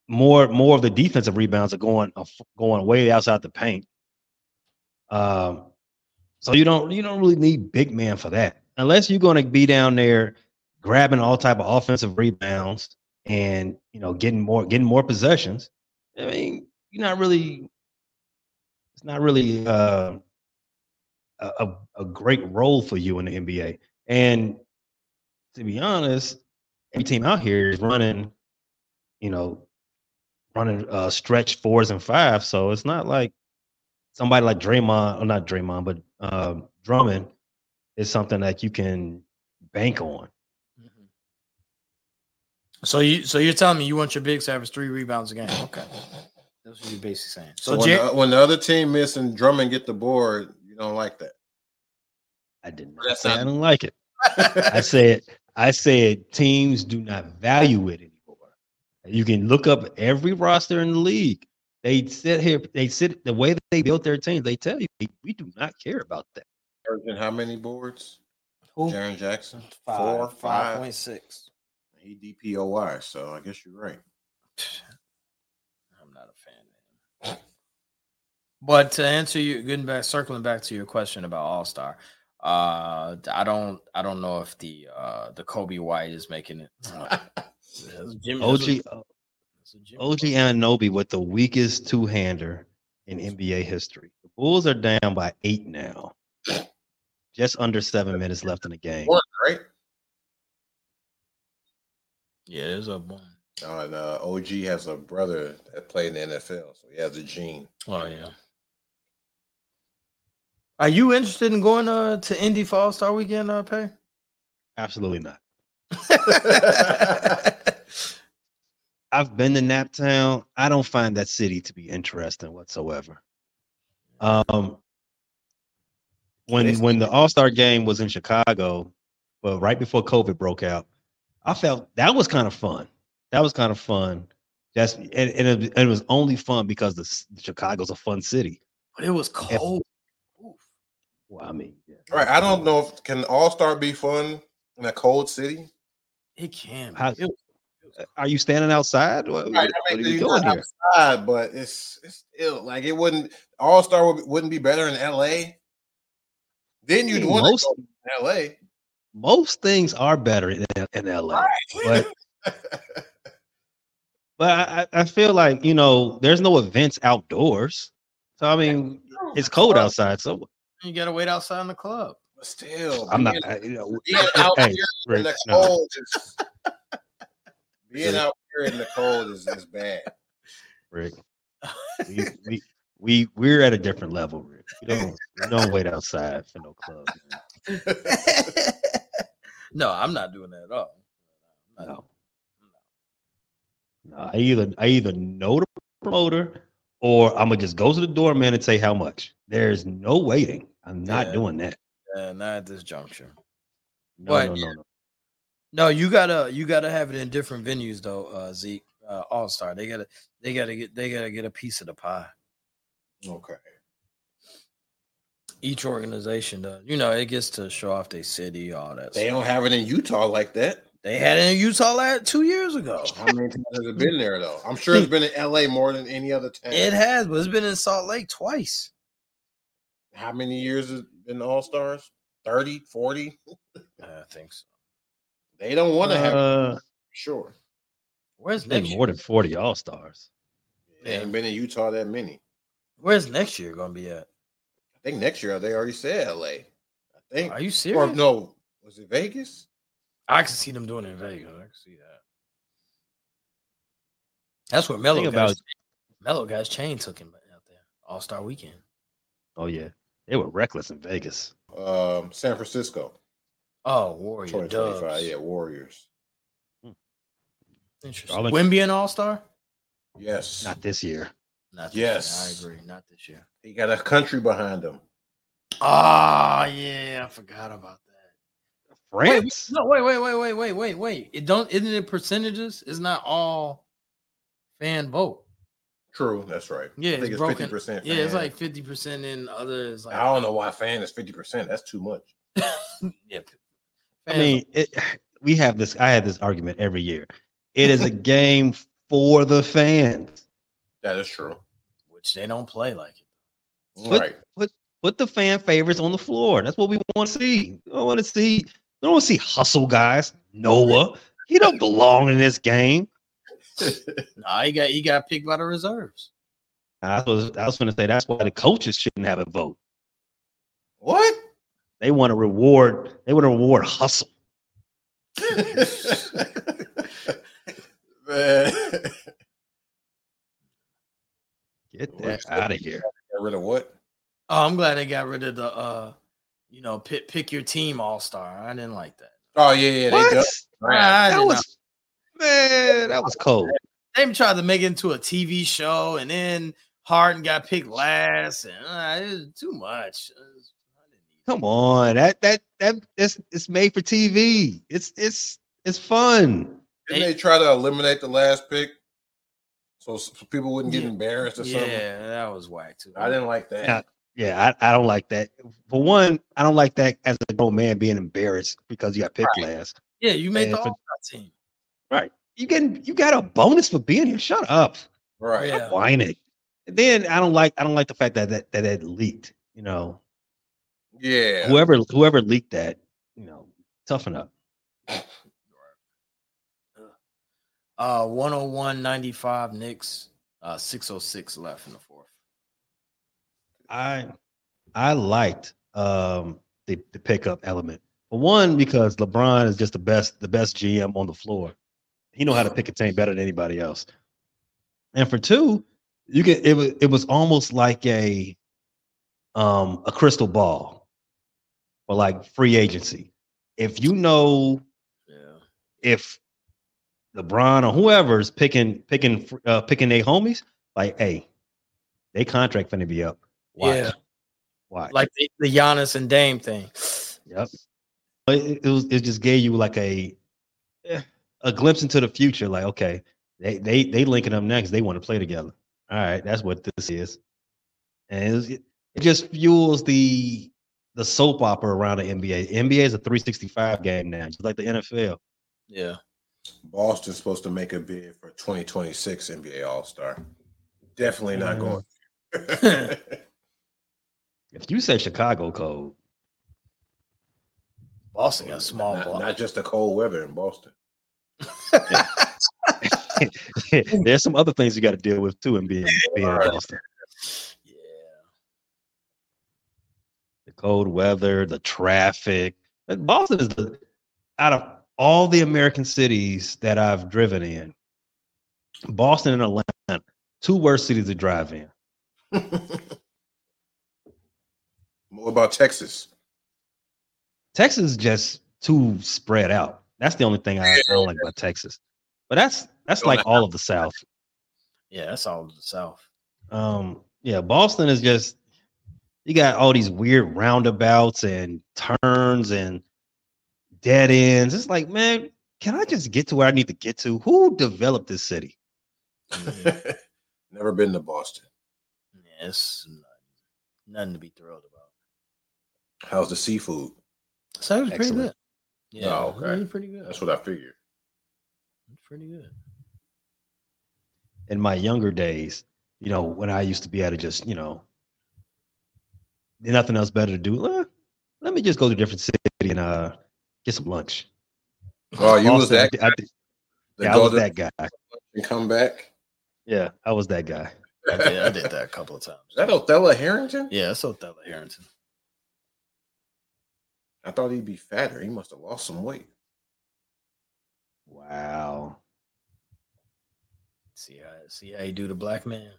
more more of the defensive rebounds are going going way outside the paint. Um, so you don't you don't really need big man for that unless you're going to be down there grabbing all type of offensive rebounds and you know getting more getting more possessions. I mean, you're not really it's not really uh, a a- a great role for you in the NBA. And to be honest, every team out here is running, you know, running uh stretch fours and fives. So it's not like somebody like Draymond, or not Draymond, but um Drummond is something that you can bank on. Mhm. So you so you're telling me you want your bigs to average three rebounds a game? Okay, that's what you're basically saying. So, So, when, Jer- the, when the other team miss and Drummond get the board, you don't (laughs) like that. I did not That's say not- I don't like it. I (laughs) said I said teams do not value it anymore. You can look up every roster in the league. They sit here, they sit the way that they built their teams, they tell you "We- we do not care about that. Averaging how many boards? who? Jaron Jackson. Five, Four, five five. point six. (sighs) He DPOY, so I guess you're right. I'm not a fan. But to answer you, getting back, circling back to your question about All Star, uh, I don't, I don't know if the uh the Kobe White is making (laughs) it. That's Jimmy- Mm, that's OG what- that's what Jimmy- OG uh, Ananobi with the weakest two hander in NBA history. The Bulls are down by eight now. Just under seven minutes left in the game. One, right? Yeah, there's a one. Oh, and uh, (laughs) OG has a brother that played in the NFL, so he has a gene. Oh yeah. Are you interested in going uh, to Indy for All Star Weekend, uh, Pay? Absolutely not. I've been to Naptown. I don't find that city to be interesting whatsoever. Um, when when the All Star game was in Chicago, but right before COVID broke out, I felt that was kind of fun. That was kind of fun. That's and, and, it, and it was only fun because the s- Chicago's a fun city. but it was cold. Well, I mean, yeah. All right, I don't know if can All Star be fun in a cold city. It can. be. How- uh, It was- Are you standing outside? What, Right, what I are mean, you you're not doing here? outside, but it's it's still like it wouldn't. All Star would, wouldn't be better in L.A. Then you'd Yeah, want most- to go to L.A. Most things are better in, in LA. (laughs) But- But I, I I feel like you know, there's no events outdoors, so I mean, it's cold outside. So You gotta wait outside in the club. (laughs) But still, I'm not. being- I- you know, Being out (laughs) hey, here oh. Rick, in the no. cold is being out here in the cold is, is bad. Rick. We, we we we're at a different level, Rick. We don't we don't wait outside for no club. (laughs) man. no, I'm not doing that at all. I'm not- No. No, I either I either know the promoter or I'm gonna just go to the doorman and say how much. There's no waiting. I'm not Yeah. doing that. Yeah, not at this juncture. No, But- no, no, no. No, you gotta you gotta have it in different venues though, uh, Zeke. Uh, All Star, they gotta they gotta get they gotta get a piece of the pie. Okay. Each organization does. You know, it gets to show off their city, all that. They stuff. don't have it in Utah like that. They had it in Utah last two years ago. How many times has it been there though? I'm sure it's been in LA more than any other town. It has, but it's been in Salt Lake twice. How many years has it been All Stars? 30, 40? I think so. They don't want to have it, Uh, sure. Where's been next? Year? more than 40 all stars. They ain't been in Utah that many. Where's next year gonna be at? I think next year they already said LA. I think Are you or serious? no, was it Vegas? I can see them doing it in Vegas. I can see that. That's where Mello Think guys, about- Mello guys chain took him out there All Star Weekend. Oh yeah, they were reckless in Vegas. Um, San Francisco, Oh, Warrior 2025. Dubs. Yeah, Warriors. Interesting. All in- Wimby an All Star? Yes, Not this year. Not Yes. Year. I agree. Not this year. he got a country behind him. Ah, yeah, I forgot about that. Wait, France. no, wait, wait, wait, wait, wait, wait, wait. It don't isn't it percentages? It's not all fan vote. True, that's right. Yeah, I think it's it's broken. fifty percent. Yeah, it's like fifty percent and others like I don't know why fan is fifty percent. That's too much. yeah. I mean, it, (sighs) we have this. I had this argument every year. It is a game for the fans. That is true. which they don't play like it. What- Right. Put the fan favorites on the floor. That's what we want to see. I want to see. I don't want to see hustle guys. Noah, he don't belong in this game. Nah, he got he got picked by the reserves. I was I was going to say that's why the coaches shouldn't have a vote. What? They want to reward. They want to reward hustle. (laughs) Man, Get Well, that out of here. got rid of what? Oh, I'm glad they got rid of the uh, you know, pick pick your team all star. I didn't like that. Oh yeah, yeah. They done. What? Right. I did That not- was man. That was cold. they tried to make it into a TV show, and then Harden got picked last, and uh, it was too much. It was- I didn't need Come on, that that that it's it's made for TV. It's it's it's fun. Didn't they try to eliminate the last pick so s- people wouldn't get Yeah. embarrassed or it. something? Yeah, that was whack too. I didn't like that. Yeah. Yeah, I, I don't like that. For one, I don't like that as a grown man being embarrassed because you got picked last. Yeah, you made And the for- all star team. Right. You getting you got a bonus for being here. Shut up. Right. Yeah, Whining. And then I don't like I don't like the fact that that that, that leaked. You know, Yeah. whoever whoever leaked that, you know, toughen up. uh, 101 95 Knicks, uh, 606 left in the fourth. I I liked um the, the pickup element. For one, because LeBron is just the best, the best GM on the floor. He know how to pick a team better than anybody else. And for two, you can it was it was almost like a um, a crystal ball for like free agency. If you know Yeah. if LeBron or whoever is picking picking uh, picking their homies, like hey, they contract finna be up. Watch. Yeah. Watch. Like the, the Giannis and Dame thing. Yep. But it, it was it just gave you like a eh, a glimpse into the future. Like, okay, they they they linking up next. They want to play together. All right, that's what this is. And it, was- it it just fuels the the soap opera around the NBA. NBA is a 365 game now, just like the NFL. Yeah. Boston's supposed to make a bid for 2026 NBA All Star. Definitely not Mm. (laughs) going. If you say Chicago code, Boston got small not, ball. not just the cold weather in Boston. (laughs) (laughs) there's some other things you got to deal with too. And being being in Right. Boston, yeah. the cold weather, the traffic. Like, Boston is the out of all the American cities that I've driven in, Boston and Atlanta, two worst cities to drive in. What about Texas? Texas is just too spread out. That's the only thing I, I don't like about Texas. But that's that's like all of the South. Yeah, that's all of the South. Um, yeah, Boston is just you got all these weird roundabouts and turns and dead ends. It's like, man, can I just get to where I need to get to? Who developed this city? Mhm. Mm-hmm. (laughs) Never been to Boston. yeah, it's nothing, nothing to be thrilled about. How's the seafood? So it was pretty Excellent. good. Yeah, Oh, it was okay. pretty good. That's what I figured. It was pretty good. in my younger days, you know, when I used to be able to just, you know, there's nothing else better to do. eh, let me just go to a different city and uh, get some lunch. Oh, you (laughs) was Boston, I that? thi- I, thi- the yeah, I was golden that guy. and come back. Yeah, I was that guy. I did, I did that a couple of times. Is that Othello Harrington? yeah, that's Othello Harrington. I thought he'd be fatter. He must have lost some weight. (laughs) Wow. See how see how you do the black (laughs) man.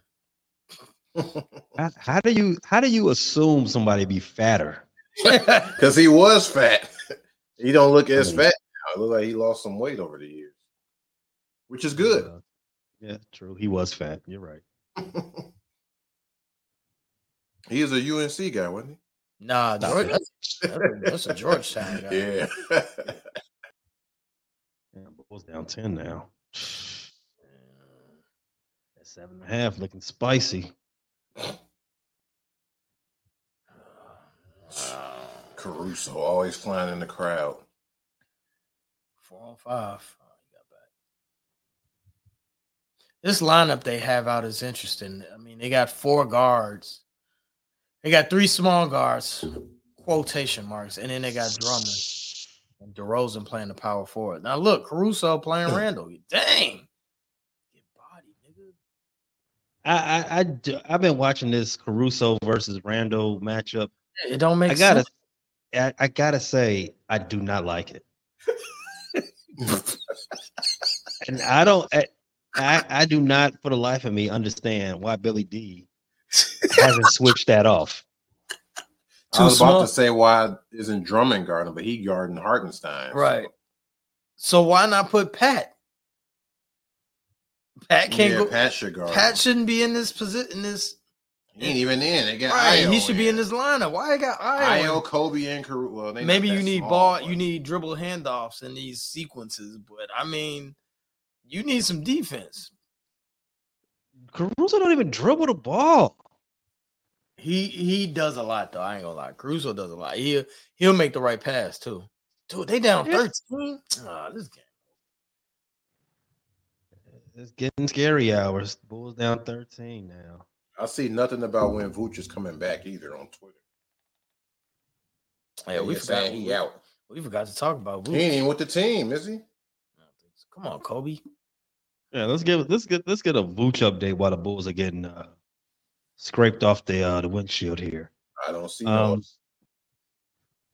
How, how do you how do you assume somebody be fatter? Because he was fat. he don't look as Mm. fat now. It look like he lost some weight over the years, which is good. Uh, yeah, true. He was fat. You're right. (laughs) he is a UNC guy, wasn't Nah, Nah, George, that's, that- that's a Georgetown (laughs) guy. he? Yeah. (laughs) Yeah, Bulls down ten now. Yeah. At seven and a half, looking spicy. Oh, Caruso always flying in (laughs) the crowd. Four on five. Oh, he got back. This lineup they have out is interesting. I mean, they got four guards. They got three small guards, quotation marks, and then they got Drummond and DeRozan playing the power forward. Now look, Caruso playing Randall. Dang, get body, nigga. I I, I do, I've been watching this Caruso versus Randall matchup. It don't make I gotta, sense. I, I gotta say, I do not like it, and I don't, I, I, I do not, for the life of me, understand why Billy (laughs) D hasn't switched that off. I Too was about small. to say why isn't Drummond guarding, but he guarding Hartenstein. so- Right. So why not put Pat? Pat can't yeah, go. Pat should guard. Pat him. shouldn't be in this position. In this he ain't even in. They got Right, Io he should be in the this lineup. Why I got Io? Io, Kobe, and Caruso. Well, they not Maybe that you need small, ball, but- you need dribble handoffs in these sequences, but I mean, you need some defense. Caruso don't even dribble the ball. He he does a lot though. I ain't gonna lie, Crusoe does a lot. He he'll make the right pass too. Dude, they down Yeah. thirteen. Ah, this game. It's getting scary hours. Bulls down thirteen now. I see nothing about when Vooch is coming back either on Twitter. Yeah, we They're forgot. saying he We, out. we forgot to talk about. He ain't Vooch. even with the team, is he? Come on, Kobe. Yeah, let's get let's get let's get a Vooch update while the Bulls are getting uh, scraped off the uh, the windshield here. I don't see no Um,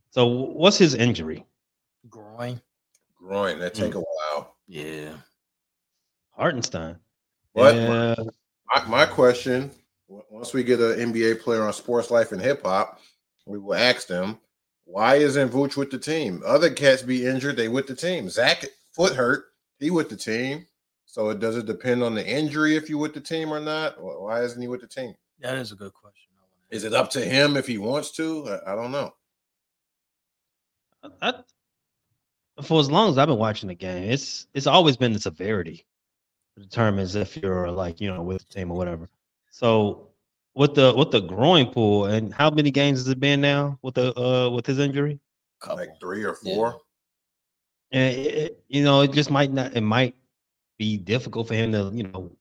so what's his injury? Groin. groin. That take a while. Yeah. Hartenstein. What? Yeah. My, my question: wh- once we get an NBA player on Sports Life and Hip Hop, we will ask them why isn't Vooch with the team? Other cats be injured, they with the team. Zach foot hurt, he with the team. So it does it depend on the injury if you with the team or not? Wh- Why isn't he with the team? That is a good question. Is it up to him if he wants to? I, I don't know. I, I- for as long as I've been watching the game, it's it's always been the severity that determines if you're like you know with the team or whatever. So with the with the groin pull and how many games has it been now with the uh with his injury? Couple. Like three or four. And it, it- you know it just might not it might be difficult for him to you know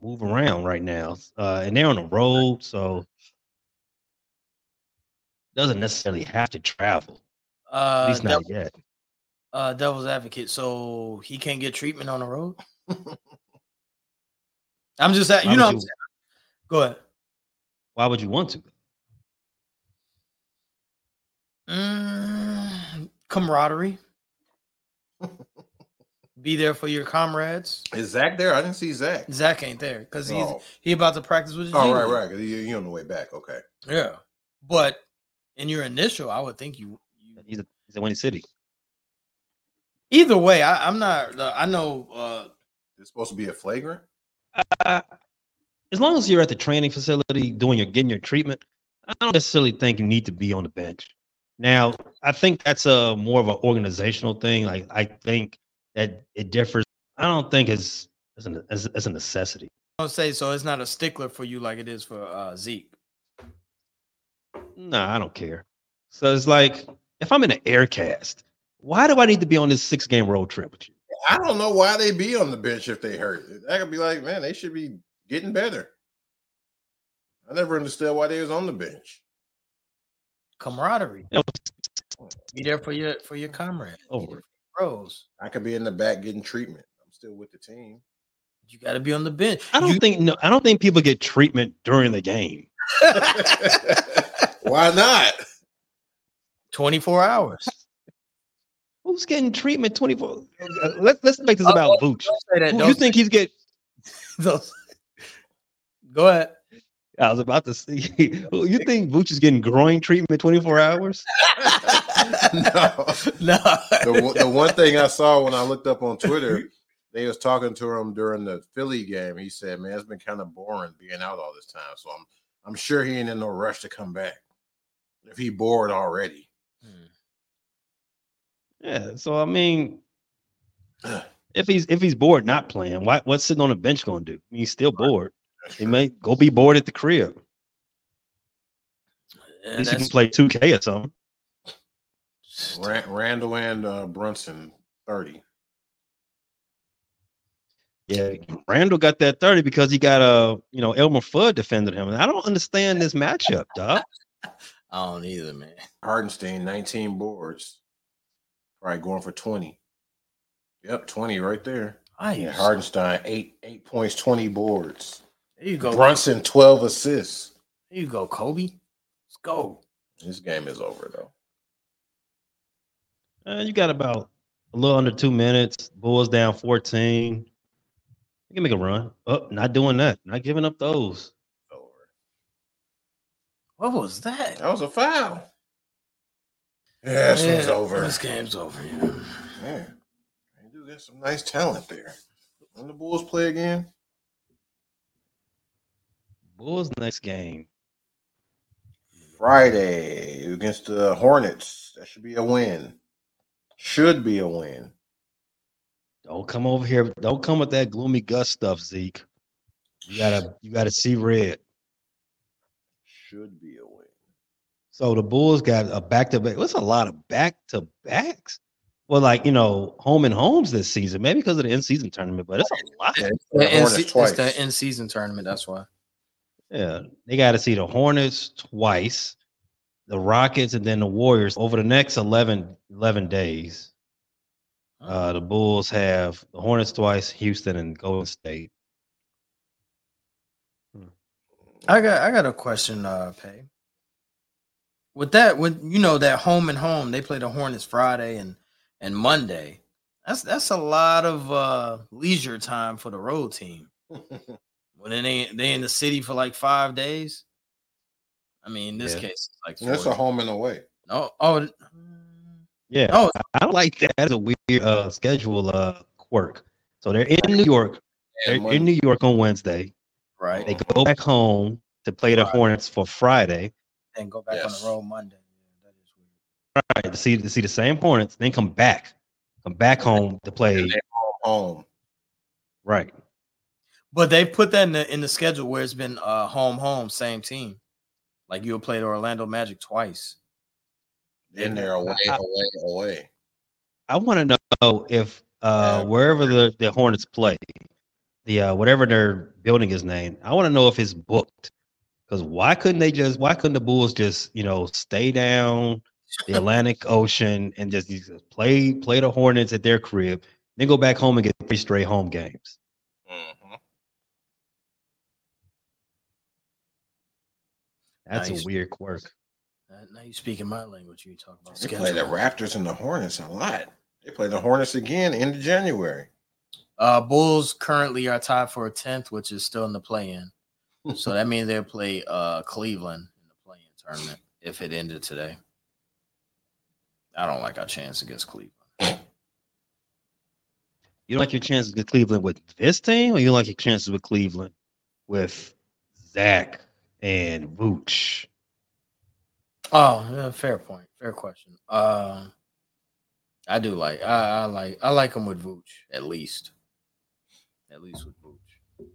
move around right now. Uh, and they're on the road, so doesn't necessarily have to travel. At uh, least not devil, yet. uh, devil's advocate. So he can't get treatment on the road. I'm just at Why you would know. what I'm saying? Go ahead. Why would you want to? Mm, camaraderie. Be there for your comrades. Is Zach there? I didn't see Zach. Zach ain't there because he's Oh, he about to practice with his. oh G right, League. right. 'cause You, you on the way back. Okay. Yeah, but in your initial, I would think you. you He's a, he's a winning city. either way, I, I'm not. Uh, I know. Uh, It's supposed to be a flagrant. I- as long as you're at the training facility doing your getting your treatment, I don't necessarily think you need to be on the bench. Now, I think that's a more of an organizational thing. Like I think that it differs. I don't think it's it's, an, it's, it's a necessity. don't say so. It's not a stickler for you like it is for uh, Zeke. No, I don't care. So it's like if I'm in an aircast, why do I need to be on this six game road trip with you? I don't know why they be on the bench if they hurt. I could be like, man, they should be getting better. I never understood why they was on the bench. Camaraderie. You know, Be there for your for your comrade. over. Bros, I could be in the back getting treatment. I'm still with the team. (laughs) you got to be on the bench. I don't think no, I don't think people get treatment during the game. why not? (laughs) 24 hours. Who's getting treatment 24? Uh, Let's let's make this about Vooch. Don't say that. Who Don't you think he's get? (laughs) don't- (laughs) Go ahead. I was about to (laughs) see. Who you think Vooch is getting groin treatment 24 hours? (laughs) no. (laughs) No. the, one- (laughs) the one thing I saw when I looked up on Twitter, they was talking to him during the Philly game. He said, "Man, it's been kind of boring being out all this time, so I'm I'm sure he ain't in no rush to come back if he bored already." Hmm. Yeah. So I mean, if he's if he's bored not playing, why, what's sitting on the bench going to do? I mean, he's still bored. He may go be bored at the crib. Yeah, At least he can that's- play 2K or something. Ran- Randall and uh, Brunson thirty. Yeah. Randall got that 30 because he got a you know Elmer Fudd defended him, and I don't understand this matchup, dog. I don't either, man. Hardenstein nineteen boards. Probably going for twenty. Yep, twenty right there. I Yeah, Hardenstein eight eight points, twenty boards. There you go. There Brunson twelve assists. you go, Kobe. Let's go. This game is over though. Uh, you got about a little under two minutes. Bulls down 14. You can make a run. Oh, not doing that. Not giving up those. Over. What was that? That was a foul. Yeah, this one's Yeah, over. This game's over. Yeah. Man, they do got some nice talent there. When the Bulls play again, Bulls next game. Friday against the Hornets. That should be a win. Should be a win. Don't come over here. Don't come with that gloomy Gus stuff, Zeke. You gotta you gotta see red. Should be a win. So the Bulls got a back to back. What's a lot of back to backs? Well, like you know, home and homes this season, maybe because of the in season tournament, but it's a lot. The Hornets twice. It's the in season tournament. That's why. Yeah, they got to see the Hornets twice, the Rockets, and then the Warriors over the next 11, 11 days. Uh, the Bulls have the Hornets twice, Houston, and Golden State. I got I got a question, uh, Pay. With that, with you know that home and home, they play the Hornets Friday and and Monday. That's that's a lot of uh leisure time for the road team. When it ain't they in the city for like five days. I mean, in this Yeah. case, it's like (laughs) That's a four- home and away. no. Oh, Yeah, Oh. I, I don't like that. That's a weird uh, schedule uh, quirk. So they're in New York. They're And in Monday, New York on Wednesday. right. They go back home to play the Right. Hornets for Friday. and go back on Yes. the road Monday. Yeah, that is weird. Right, to see to see the same Hornets, then come back, come back home to play. home. Right. But they put that in the in the schedule where it's been uh home home same team. Like you'll play the Orlando Magic twice. Then they're away, away, away. I want to know if uh, Yeah. wherever the, the Hornets play, the uh, whatever their building is named, I want to know if it's booked. Because why couldn't they just? Why couldn't the Bulls just you know stay down the Atlantic Ocean and just, just play play the Hornets at their crib, then go back home and get three straight home games? Mhm. That's Nice. a weird quirk. Uh, Now you speaking my language. You talk about They play the schedule. Raptors and the Hornets a lot. They play the Hornets again in January. Uh, Bulls currently are tied for a tenth, which is still in the play-in. so that means they'll play uh Cleveland in the play-in tournament if it ended today. I don't like our chance against Cleveland. You don't like your chances with Cleveland with this team, or you like your chances with Cleveland with Zach and Vooch? Oh, yeah, fair point. Fair question. Um, I do like I, I like I like him with Vooch at least, at least with Vooch.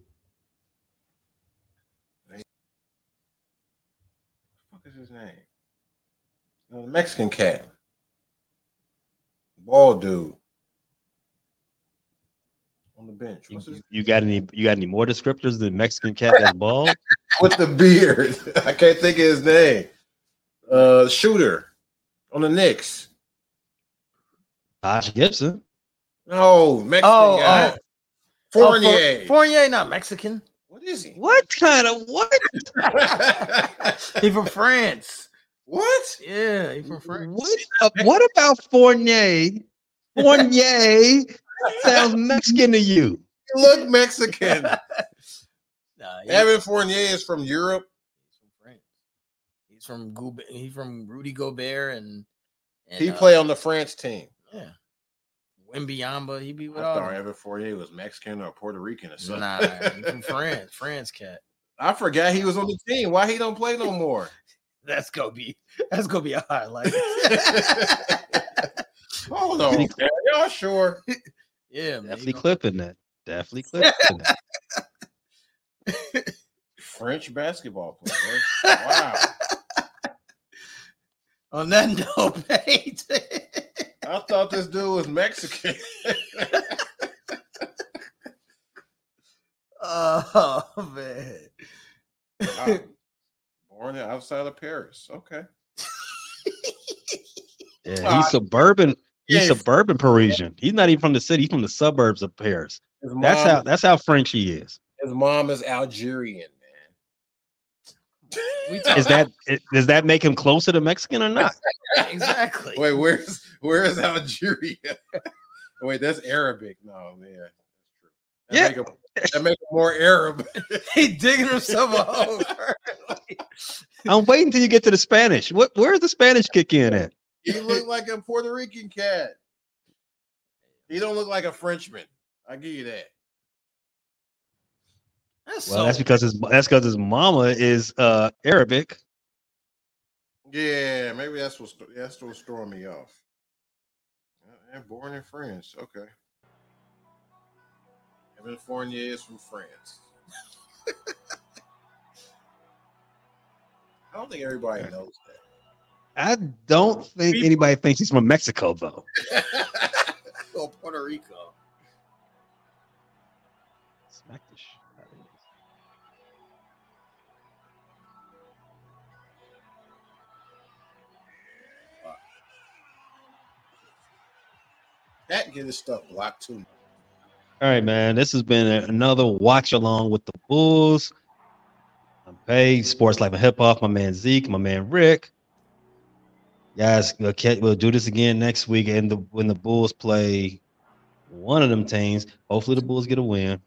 What the fuck is his name? No, the Mexican cat. Ball dude. On the bench. You, What's his- you got any? You got any more descriptors than Mexican cat that's bald? With the beard. (laughs) I can't think of his name. Uh shooter on the Knicks. Taj Gibson. No, Mexican Oh, guy. oh. Fournier. Oh, For- Fournier not Mexican. what is he? What kind of what? He from France. (laughs) what? Yeah, he from France. What? uh, what about Fournier? Fournier sounds Mexican to you. He look Mexican. (laughs) Nah, he- Evan Fournier is from Europe. he's from France. He's from Goube- he's from Rudy Gobert and, and He uh, played on the France team. yeah. Wimbiamba, he be I with all. thought them. Evan Fournier was Mexican or Puerto Rican or something. (laughs) Nah, he from France, France cat. I forgot he was on the team. Why he don't play no more? That's gonna be that's gonna be a highlight. (laughs) Hold on, man. y'all sure? yeah, man. Definitely you know, clipping that. Definitely clipping that. French basketball player. Wow, On that (laughs) note, Pate. I thought this dude was Mexican. oh (laughs) man. Wow. Born outside of Paris. Okay, Yeah, he's suburban. He's Yeah. suburban Parisian. He's not even from the city. He's from the suburbs of Paris. his mom, That's how. That's how French he is. his mom is Algerian, man. We talk- Is (laughs) that i- does that make him closer to Mexican or not? exactly. Wait, where's where's Algeria? (laughs) Wait, that's Arabic. No, man. That Yeah. Make him, that make him more Arab. He digging himself a hole. I'm waiting till you get to the Spanish. What where's the Spanish kick in at? (laughs) he look like a Puerto Rican cat. He don't look like a Frenchman. I give you that. That's Well, so that's because his that's because his mama is uh Arabic. Yeah, maybe that's what's that's what's throwing me off. Yeah, born in France. Okay. Evan Fournier is from France. (laughs) I don't think everybody knows that. I don't think anybody thinks he's from Mexico though. (laughs) oh, Puerto Rico. Smack the shit out of this. That get his stuff blocked too. All right, man. This has been a- another watch along with the Bulls. I'm Pay, Sports Life and Hip Hop, my man Zeke, my man Rick. Guys, we'll, ca- we'll do this again next week and the, when the Bulls play one of them teams. Hopefully, the Bulls get a win.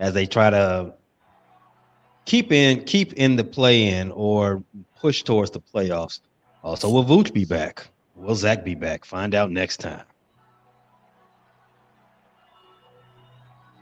as they try to keep in keep in the play in or push towards the playoffs. Also, will Vooch be back? Will Zach be back? Find out next time.